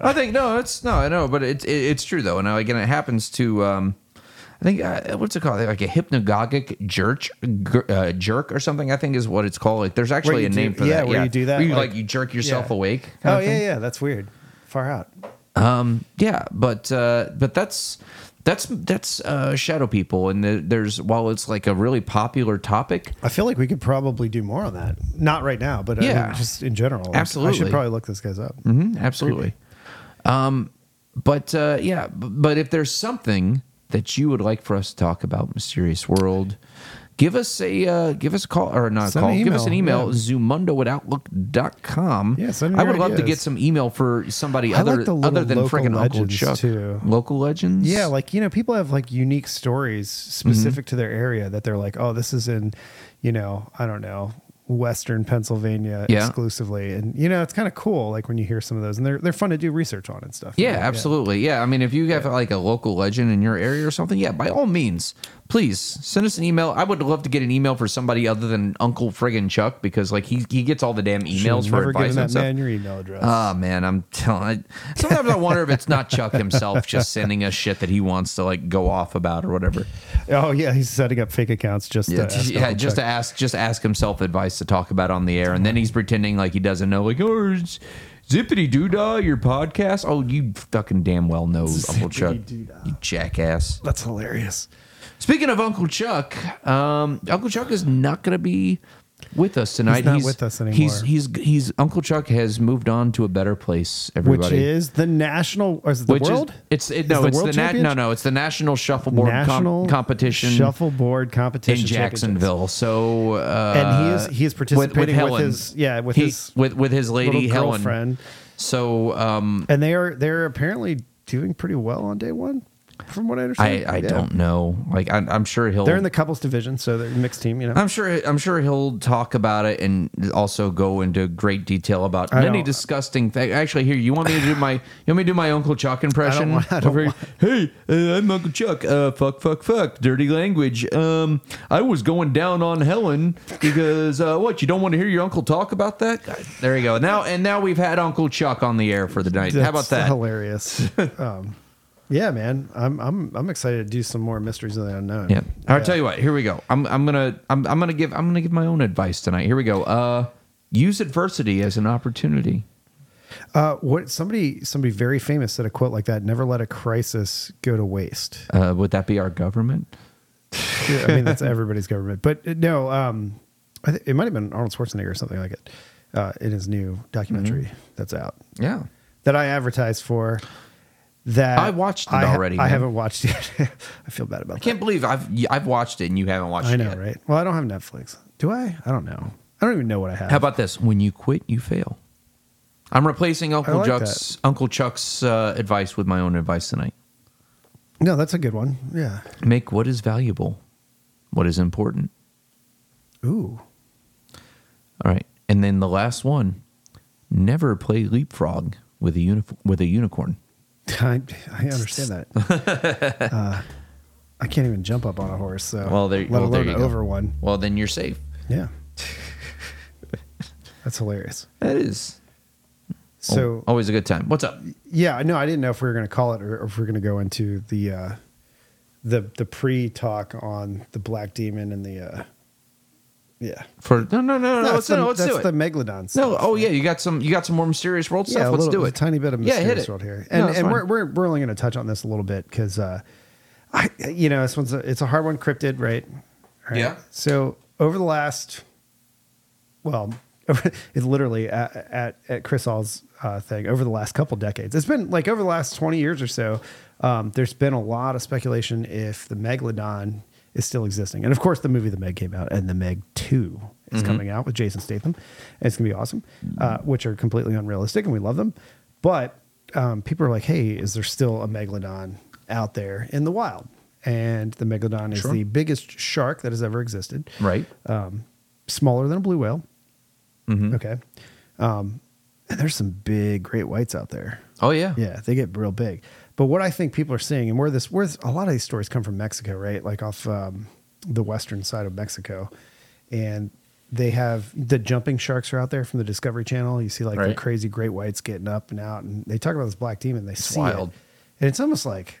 I think no, it's no, I know, but it's it, it's true though, and again, it happens to. Um, I think uh, what's it called? Like a hypnagogic jerk, gr- uh, jerk or something. I think is what it's called. Like there's actually you a do- name for yeah, that. where you do that, you like, like- you jerk yourself yeah. awake. kind oh of yeah thing. yeah that's weird far out yeah but uh but that's that's that's uh shadow people and the, there's while it's like a really popular topic I feel like we could probably do more on that not right now but I Yeah. mean, just in general Like, I Absolutely. should probably look this guys up Mhm, absolutely um but uh yeah b- but if there's something that you would like for us to talk about mysterious world give us a uh give us a call or not a Send call an give us an email, email yeah. zoomundo at outlook.com Yeah, send i your would love to ideas. get some email for somebody I other like the little other than local freaking uncle legends, chuck too. local legends Yeah, like you know, people have like unique stories specific Mm-hmm. to their area that they're like, oh, this is in, you know, I don't know, Western Pennsylvania Yeah. exclusively, and you know, it's kind of cool. Like when you hear some of those, and they're they're fun to do research on and stuff. Yeah, absolutely. Yeah. I mean, if you have like a local legend in your area or something, yeah, by all means, please send us an email. I would love to get an email for somebody other than Uncle Friggin' Chuck because like he, he gets all the damn Should've emails for never advice given and that man stuff. your email address. Oh man, I'm telling. Sometimes I wonder if it's not Chuck himself just sending us shit that he wants to like go off about or whatever. oh yeah, he's setting up fake accounts just Yeah, to uh, ask yeah, Donald just to Chuck. ask, just ask himself advice to talk about on the air, and then he's pretending like he doesn't know. Like, oh, it's zippity doo dah, your podcast. Oh, you fucking damn well know, Uncle Chuck, you jackass. That's hilarious. Speaking of Uncle Chuck, um, Uncle Chuck is not going to be with us tonight. not with us anymore. He's, he's he's Uncle Chuck has moved on to a better place. Everybody, Which is the national? Or is it the Which is- world? it's it, Is no, the it's the world na- no, championship? no, it's the national shuffleboard com- competition shuffleboard competition in championships. Jacksonville. So uh, And he is- he is participating with Helen. his- yeah, with his with with his lady little Helen. girlfriend. So um, and they are they're apparently doing pretty well on day one, from what I I understand. I Yeah. don't know. Like I, I'm sure he'll. They're in the couples division, so they're mixed team. You know, I'm sure. I'm sure he'll talk about it and also go into great detail about I many don't- disgusting things. Actually, here you want me to do my you want me to do my Uncle Chuck impression? want- [laughs] I don't Over here? hey, uh, I'm Uncle Chuck. Uh, fuck, fuck, fuck. Dirty language. Um, I was going down on Helen because uh, what? You don't want to hear your uncle talk about that? God, There you go. Now and now we've had Uncle Chuck on the air for the night. How about That's that? [laughs] Hilarious. um, yeah, man, I'm I'm I'm excited to do some more mysteries of the unknown. Yeah. I'll tell you what. Here we go. I'm I'm gonna I'm, I'm gonna give I'm gonna give my own advice tonight. Here we go. Uh, use adversity as an opportunity. Uh, what somebody somebody very famous said a quote like that: "Never let a crisis go to waste." Uh, would that be our government? Yeah, I mean, [laughs] that's everybody's government. But uh, no, um, I th- it might have been Arnold Schwarzenegger or something like it uh, in his new documentary Mm-hmm. that's out. Yeah. that I advertised for. That I watched it I already, I man. haven't watched [laughs] it. I feel bad about I can't believe I've y- I've watched it and you haven't watched that. I it know, yet. right? Well, I don't have Netflix. Do I? I don't know. I don't even know what I have. How about this? When you quit, you fail. I'm replacing Uncle like Chuck's Uncle Chuck's uh, advice with my own advice tonight. no? That's a good one. Yeah. Make what is valuable, what is important. Ooh. [laughs] All right, and then the last one: never play leapfrog with a unif- with a unicorn. I, I understand that. uh, [laughs] I can't even jump up on a horse. So Well, there- let well, there alone you go. over one. Well, then you're safe. [laughs] Yeah. that's hilarious. That is So always a good time. What's up? Yeah, no, I didn't know if we were going to call it or if we are going to go into the uh, the the pre talk on the Black Demon and the uh, Yeah. For no, no, no, no. That's let's, the, no, let's that's do it. the megalodon stuff. no, oh yeah, you got some. You got some more mysterious world yeah, stuff. a Let's little, do a it. tiny bit of Yeah, hit mysterious it. world here, No, and it's and fine. we're, we're we're only going to touch on this a little bit because, uh, I you know this one's a, it's a hard one, cryptid, right? Right. Yeah. So over the last, well, [laughs] it's literally at at, at Chris All's uh, thing over the last couple decades. It's been like over the last twenty years or so. Um, there's been a lot of speculation if the megalodon is still existing, and of course, the movie The Meg came out, and The Meg Two is Mm-hmm. coming out with Jason Statham, and it's gonna be awesome. Uh, which are completely unrealistic, and we love them, but um, people are like, "Hey, is there still a megalodon out there in the wild?" And the megalodon is Sure. the biggest shark that has ever existed Right. Uh, smaller than a blue whale. Okay. Um, and there's some big great whites out there. oh yeah. Yeah, they get real big. But what I think people are seeing, and where this, where this- a lot of these stories come from Mexico, right? Like off um, the western side of Mexico, and they have the jumping sharks are out there from the Discovery Channel. You see like the Right. crazy great whites getting up and out, and they talk about this black demon. They see wild. it, and it's almost like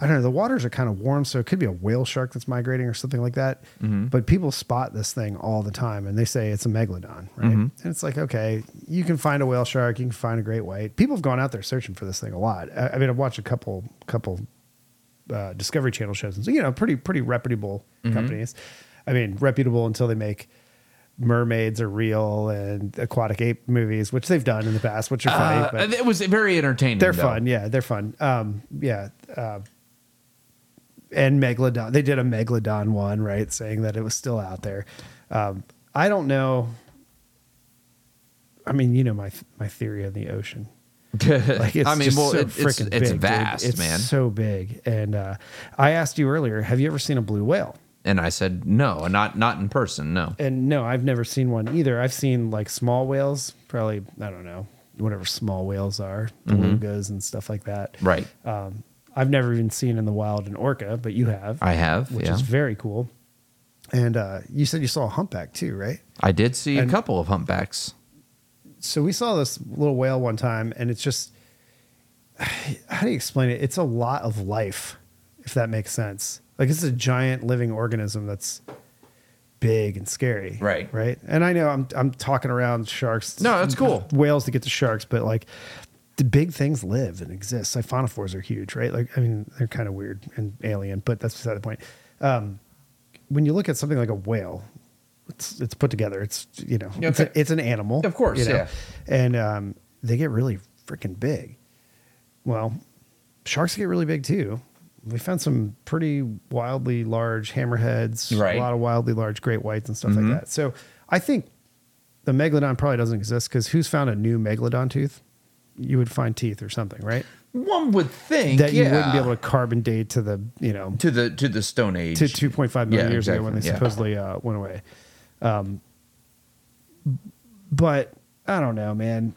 I don't know. The waters are kind of warm, so it could be a whale shark that's migrating or something like that. Mm-hmm. But people spot this thing all the time, and they say it's a megalodon, right? Mm-hmm. And it's like, okay, you can find a whale shark, you can find a great white. People have gone out there searching for this thing a lot. I, I mean, I've watched a couple couple uh, Discovery Channel shows, and so you know, pretty pretty reputable Mm-hmm. companies. I mean, reputable until they make mermaids are real and aquatic ape movies, which they've done in the past, which are funny. Uh, but it was very entertaining. they're though. fun. Yeah, they're fun. Um, yeah. Uh, and Megalodon. They did a Megalodon one, right? Saying that it was still out there. Um, I don't know. I mean, you know my my theory on the [laughs] ocean. Like it's I mean, just well, so it- it's, freaking big. it's dude. vast, It's man. so big. And uh, I asked you earlier, have you ever seen a blue whale? and I said no, not not in person. No. and no, I've never seen one either. I've seen like small whales, probably I don't know, whatever small whales are, Mm-hmm. belugas and stuff like that. Right. Um, I've never even seen in the wild an orca, but you have, I have. which yeah. is very cool. And uh, you said you saw a humpback too, right? I did see and- a couple of humpbacks. So we saw this little whale one time, and it's just [sighs] how do you explain it? It's a lot of life, if that makes sense. Like it's a giant living organism that's big and scary. Right. Right. And I know I'm I'm talking around sharks. No, that's cool. Whales to get to sharks, but like the big things live and exist. Siphonophores are huge, right? Like I mean, they're kind of weird and alien, but that's beside the point. Um, when you look at something like a whale, it's it's put together. It's you know, it's, a, Okay. it's an animal, Of course, you know? yeah. And um, they get really freaking big. Well, sharks get really big too. We found some pretty wildly large hammerheads, Right. Mm-hmm. a lot of wildly large great whites and stuff like that. So I think the megalodon probably doesn't exist because who's found a new megalodon tooth? You would find teeth or something, right? One would think That yeah, you wouldn't be able to carbon date to the you know to the to the Stone Age. to 2.5 million Yeah, years ago when they exactly. Yeah. supposedly uh, went away. Um, but I don't know, man.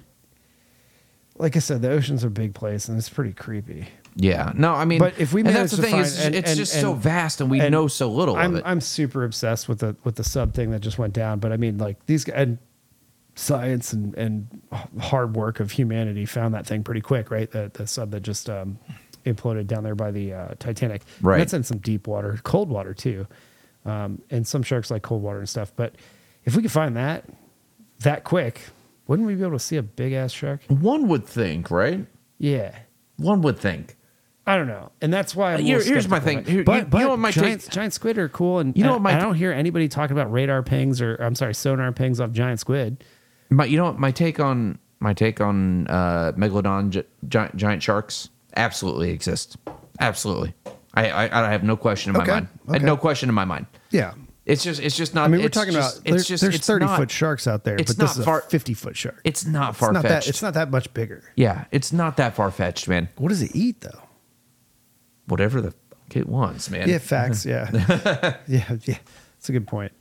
Like I said, the ocean's a big place and it's pretty creepy. yeah. No, I mean, But if we and manage that's the to thing find- is, and- it's and- just so and- vast, and we and know so little I'm of it. I'm super obsessed with the with the sub thing that just went down. But I mean, like these g- and science and and hard work of humanity found that thing pretty quick, right? The the sub that just um, imploded down there by the uh, Titanic. And Right. that's in some deep water, cold water too, um, and some sharks like cold water and stuff. But if we could find that that quick, wouldn't we be able to see a big ass shark? One would think, right? Yeah. One would think. I don't know, and that's why. I'm a Uh, Here- little here's skeptical my of thing. it. Here- you- but, you but know what my take- giant, giant squid are cool, and You and know what my I ta- don't hear anybody talking about radar pings or I'm sorry, sonar pings off giant squid. My, you know what? My take on my take on uh, megalodon gi- giant giant sharks absolutely exist. Absolutely, I I, I have no question in Okay, my mind. I had okay. no question in my mind. Yeah, It's just it's just not. I mean, we're it's talking just- about there- it's just there's it's 30 not- foot sharks out there, it's but this not is far- a 50 foot shark. It's not It's far not that. fetched. It's not that much bigger. Yeah, it's not that far fetched, man. What does it eat though? Whatever the fuck it wants, man. Yeah, facts. [laughs] Yeah, [laughs] yeah, yeah. That's a good point.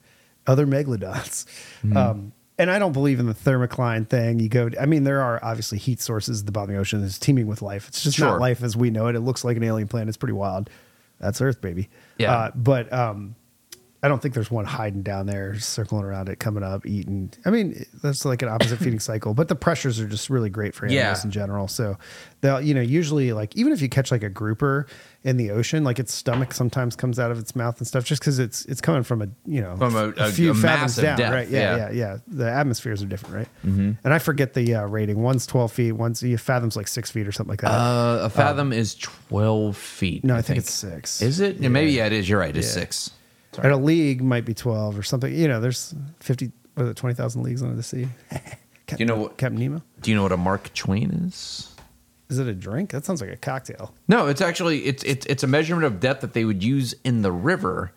Other megalodons, Hmm. um, and I don't believe in the thermocline thing. You go. I mean, there are obviously heat sources at the bottom of the ocean that's teeming with life. It's just Sure. not life as we know it. It looks like an alien planet. It's pretty wild. That's Earth, baby. Yeah. Uh, but um, I don't think there's one hiding down there, circling around it, coming up, eating. I mean, that's like an [laughs] opposite feeding cycle. But the pressures are just really great for animals Yeah. in general. So they'll, you know, usually like even if you catch like a grouper in the ocean, like its stomach sometimes comes out of its mouth and stuff, just because it's it's coming from a you know From a- a- a massive depth, right? Yeah, yeah. Mm-hmm. yeah, yeah, The atmospheres are different, right? And I forget the uh, rating. One's twelve feet. One's you fathoms like six feet or something like that. Uh, a fathom is 12 feet. um, no, I think it's six. Is it? Yeah, Maybe, yeah, it is. You're right. It's six. At a league might be 12 or something. You know, there's 50, what is it, 20,000 leagues under the [laughs] sea? Captain, know what- Captain Nemo? Do you know what a Mark Twain is? Is it a drink? That sounds like a cocktail. No, it's actually it's it's it's a measurement of depth that they would use in the river,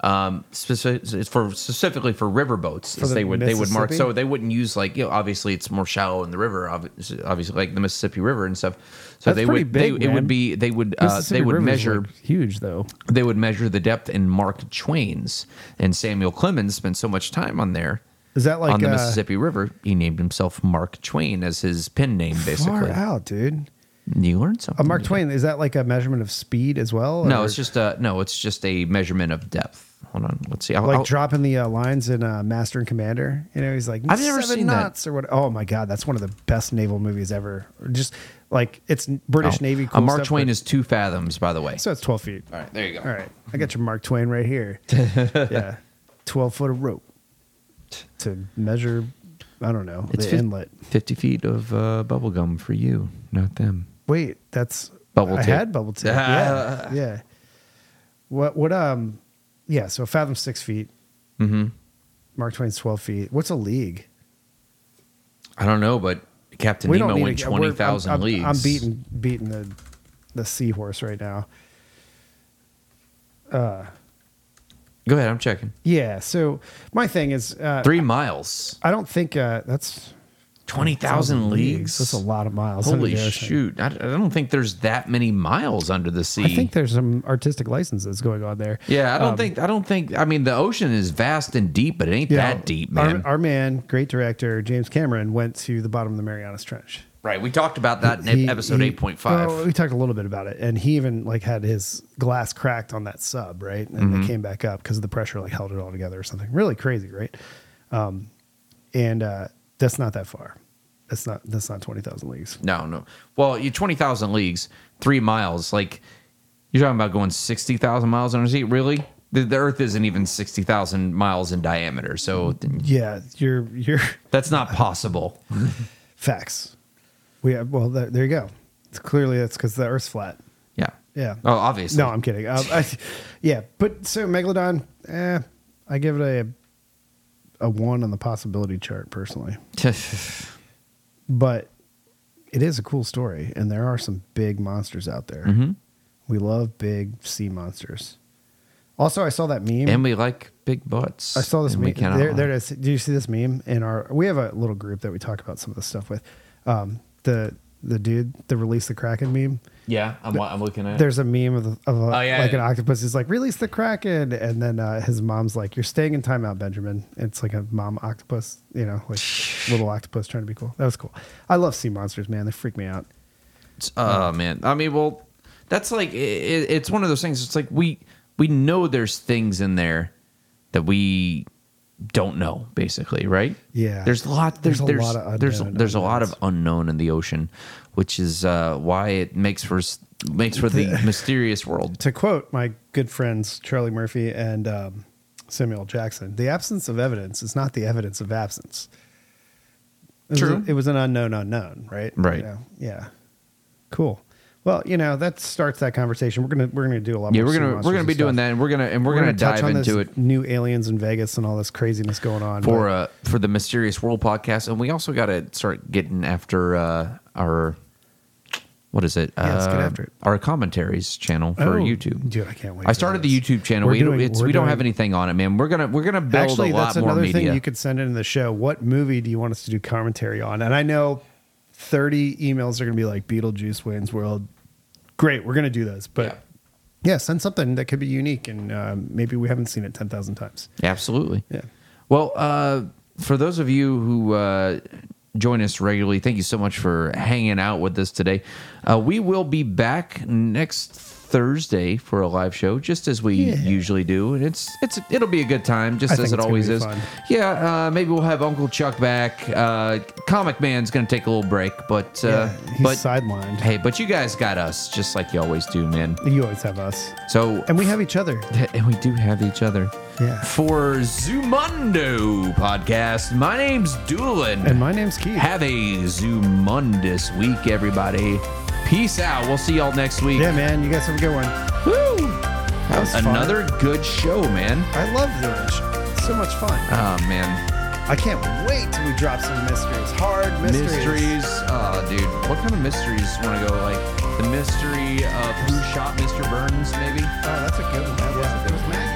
um, specific, it's for specifically for river boats. the they would they would mark Mississippi? so they wouldn't use like you know obviously it's more shallow in the river obvi- obviously like the Mississippi River and stuff. So That's they pretty would big, they it man. would be they would uh, they Mississippi would River's, measure like, huge, though. they would measure the depth in Mark Twain's and Samuel Clemens spent so much time on there. Is that like, on the uh, Mississippi River? He named himself Mark Twain as his pen name, Far basically. out, dude. You learned something. A Mark today. Twain, is that like a measurement of speed as well? Mm. No, Or it's just a no. It's just a measurement of depth. Hold on, let's see. I'll, Like I'll- dropping the uh, lines in uh, Master and Commander, you know, he's like I've never "Seven seen that. knots or what? Oh my god, that's one of the best naval movies ever. Or Just like it's British oh. Navy. a Mark stuff, Twain but- is two fathoms, by the way. so it's twelve feet. All right, there you go. All right, I got your Mark Twain right [laughs] here. yeah, twelve foot of rope to measure. I don't know it's the fif- inlet. Fifty feet of uh, bubble gum for you, not them. Wait, that's Bubble I tip. had bubble tip. yeah, [laughs] yeah. What? What? Um. Yeah. So fathom six feet. Mm-hmm. Mark Twain's twelve feet. What's a league? I don't know, but Captain Nemo need in to- we're- twenty thousand I'm- I'm- leagues. I'm beating beating the the seahorse right now. Go ahead, I'm checking. Yeah. So my thing is, uh, Three miles, I don't think uh, that's twenty thousand leagues. That's a lot of miles. under Holy the ocean. shoot! I, I don't think there's that many miles under the sea. I think there's some artistic licenses going on there. yeah, I don't Um, think. I don't think. I mean, the ocean is vast and deep, but it ain't yeah, that deep, man. Our, our man, great director James Cameron, went to the bottom of the Marianas Trench. Right. We talked about that in He- episode he- eight point five. well, we talked a little bit about it, and he even like had his glass cracked on that sub, right? And Mm-hmm. it came back up because the pressure like held it all together or something. Really crazy, right? Um, and uh, that's not that far. That's not that's not twenty thousand leagues. No, no. Well, you twenty thousand leagues, three miles. Like you're talking about going sixty thousand miles under the sea. Really, the, the Earth isn't even sixty thousand miles in diameter, so Yeah, you're you're that's not possible. facts. We have well, there, there you go. It's clearly that's because the Earth's flat. Yeah. Yeah. Oh, obviously. No, I'm kidding. Um, I, yeah, but so Megalodon, eh, I give it a a one on the possibility chart personally, but it is a cool story, and there are some big monsters out there. Mhm. We love big sea monsters. Also, I saw that meme. [laughs] and we like big butts. I saw this and meme. We cannot There, there lie. it is. Do you see this meme in our? We have a little group that we talk about some of this stuff with. Um, the the dude, the release the kraken meme. Yeah, I'm, I'm looking at. it. There's a meme of, of a, Oh, yeah. like an octopus. He's like, release the kraken, and then uh, his mom's like, "You're staying in timeout, Benjamin." It's like a mom octopus, you know, [sighs] like little octopus trying to be cool. That was cool. I love sea monsters, man. They freak me out. Oh man, I mean, well, that's like i i it's one of those things. It's like we we know there's things in there that we don't know, basically, right? Yeah. There's a lot. There's There's a there's lot of there's unknown there's a lot of unknowns. unknown in the ocean, which is uh, why it makes for s- makes [laughs] for the mysterious world. To quote my good friends Charlie Murphy and um, Samuel Jackson, "The absence of evidence is not the evidence of absence." It True. Was a- it was an unknown unknown, right? Right. You know? Yeah. Cool. Well, you know that starts that conversation. We're gonna we're gonna do a lot. Yeah, more we're sea gonna monsters we're gonna and be doing stuff. that, and we're gonna and we're, gonna, touch dive on into this it New aliens in Vegas and all this craziness going on for but- uh for the mysterious world podcast, and we also got to start getting after uh, our what is it? Yeah, let's get Uh, after it. Our commentaries channel for Oh, YouTube. Dude, I can't wait. I for started this. the YouTube channel. We're we doing- it's, we're we don't doing- have anything on it, man. We're gonna we're gonna build Actually, a lot that's more another media. thing you could send in the show. What movie do you want us to do commentary on? And I know thirty emails are gonna be like Beetlejuice, Wayne's World. Great, we're gonna do those, but. Yeah. Yeah. send something that could be unique, and um, maybe we haven't seen it ten thousand times. Absolutely. Yeah. Well, uh, for those of you who uh, join us regularly, thank you so much for hanging out with us today. Uh, we will be back next Thursday for a live show, just as we usually do, and it's it's it'll be a good time, just I think as it it's gonna always be is. fun. Yeah, uh, maybe we'll have Uncle Chuck back. Uh, Comic Man's gonna take a little break, but uh, Yeah, he's but sidelined. hey, but you guys got us just like you always do, man. You always have us. So And we have each other. and we do have each other. Yeah. For Zumundo podcast, my name's Doolin. And my name's Keith. Have a Zumundous week, everybody. Peace out. We'll see y'all next week. yeah, man. You guys have a good one. Woo! That was fun. Another good show, man. I love Village. It's so much fun. Oh, man. I can't wait till we drop some mysteries. Hard mysteries. Mysteries. Oh, dude. What kind of mysteries want to go? Like the mystery of who shot Mr. Burns, maybe? Oh, that's a good one. That was, it was magic.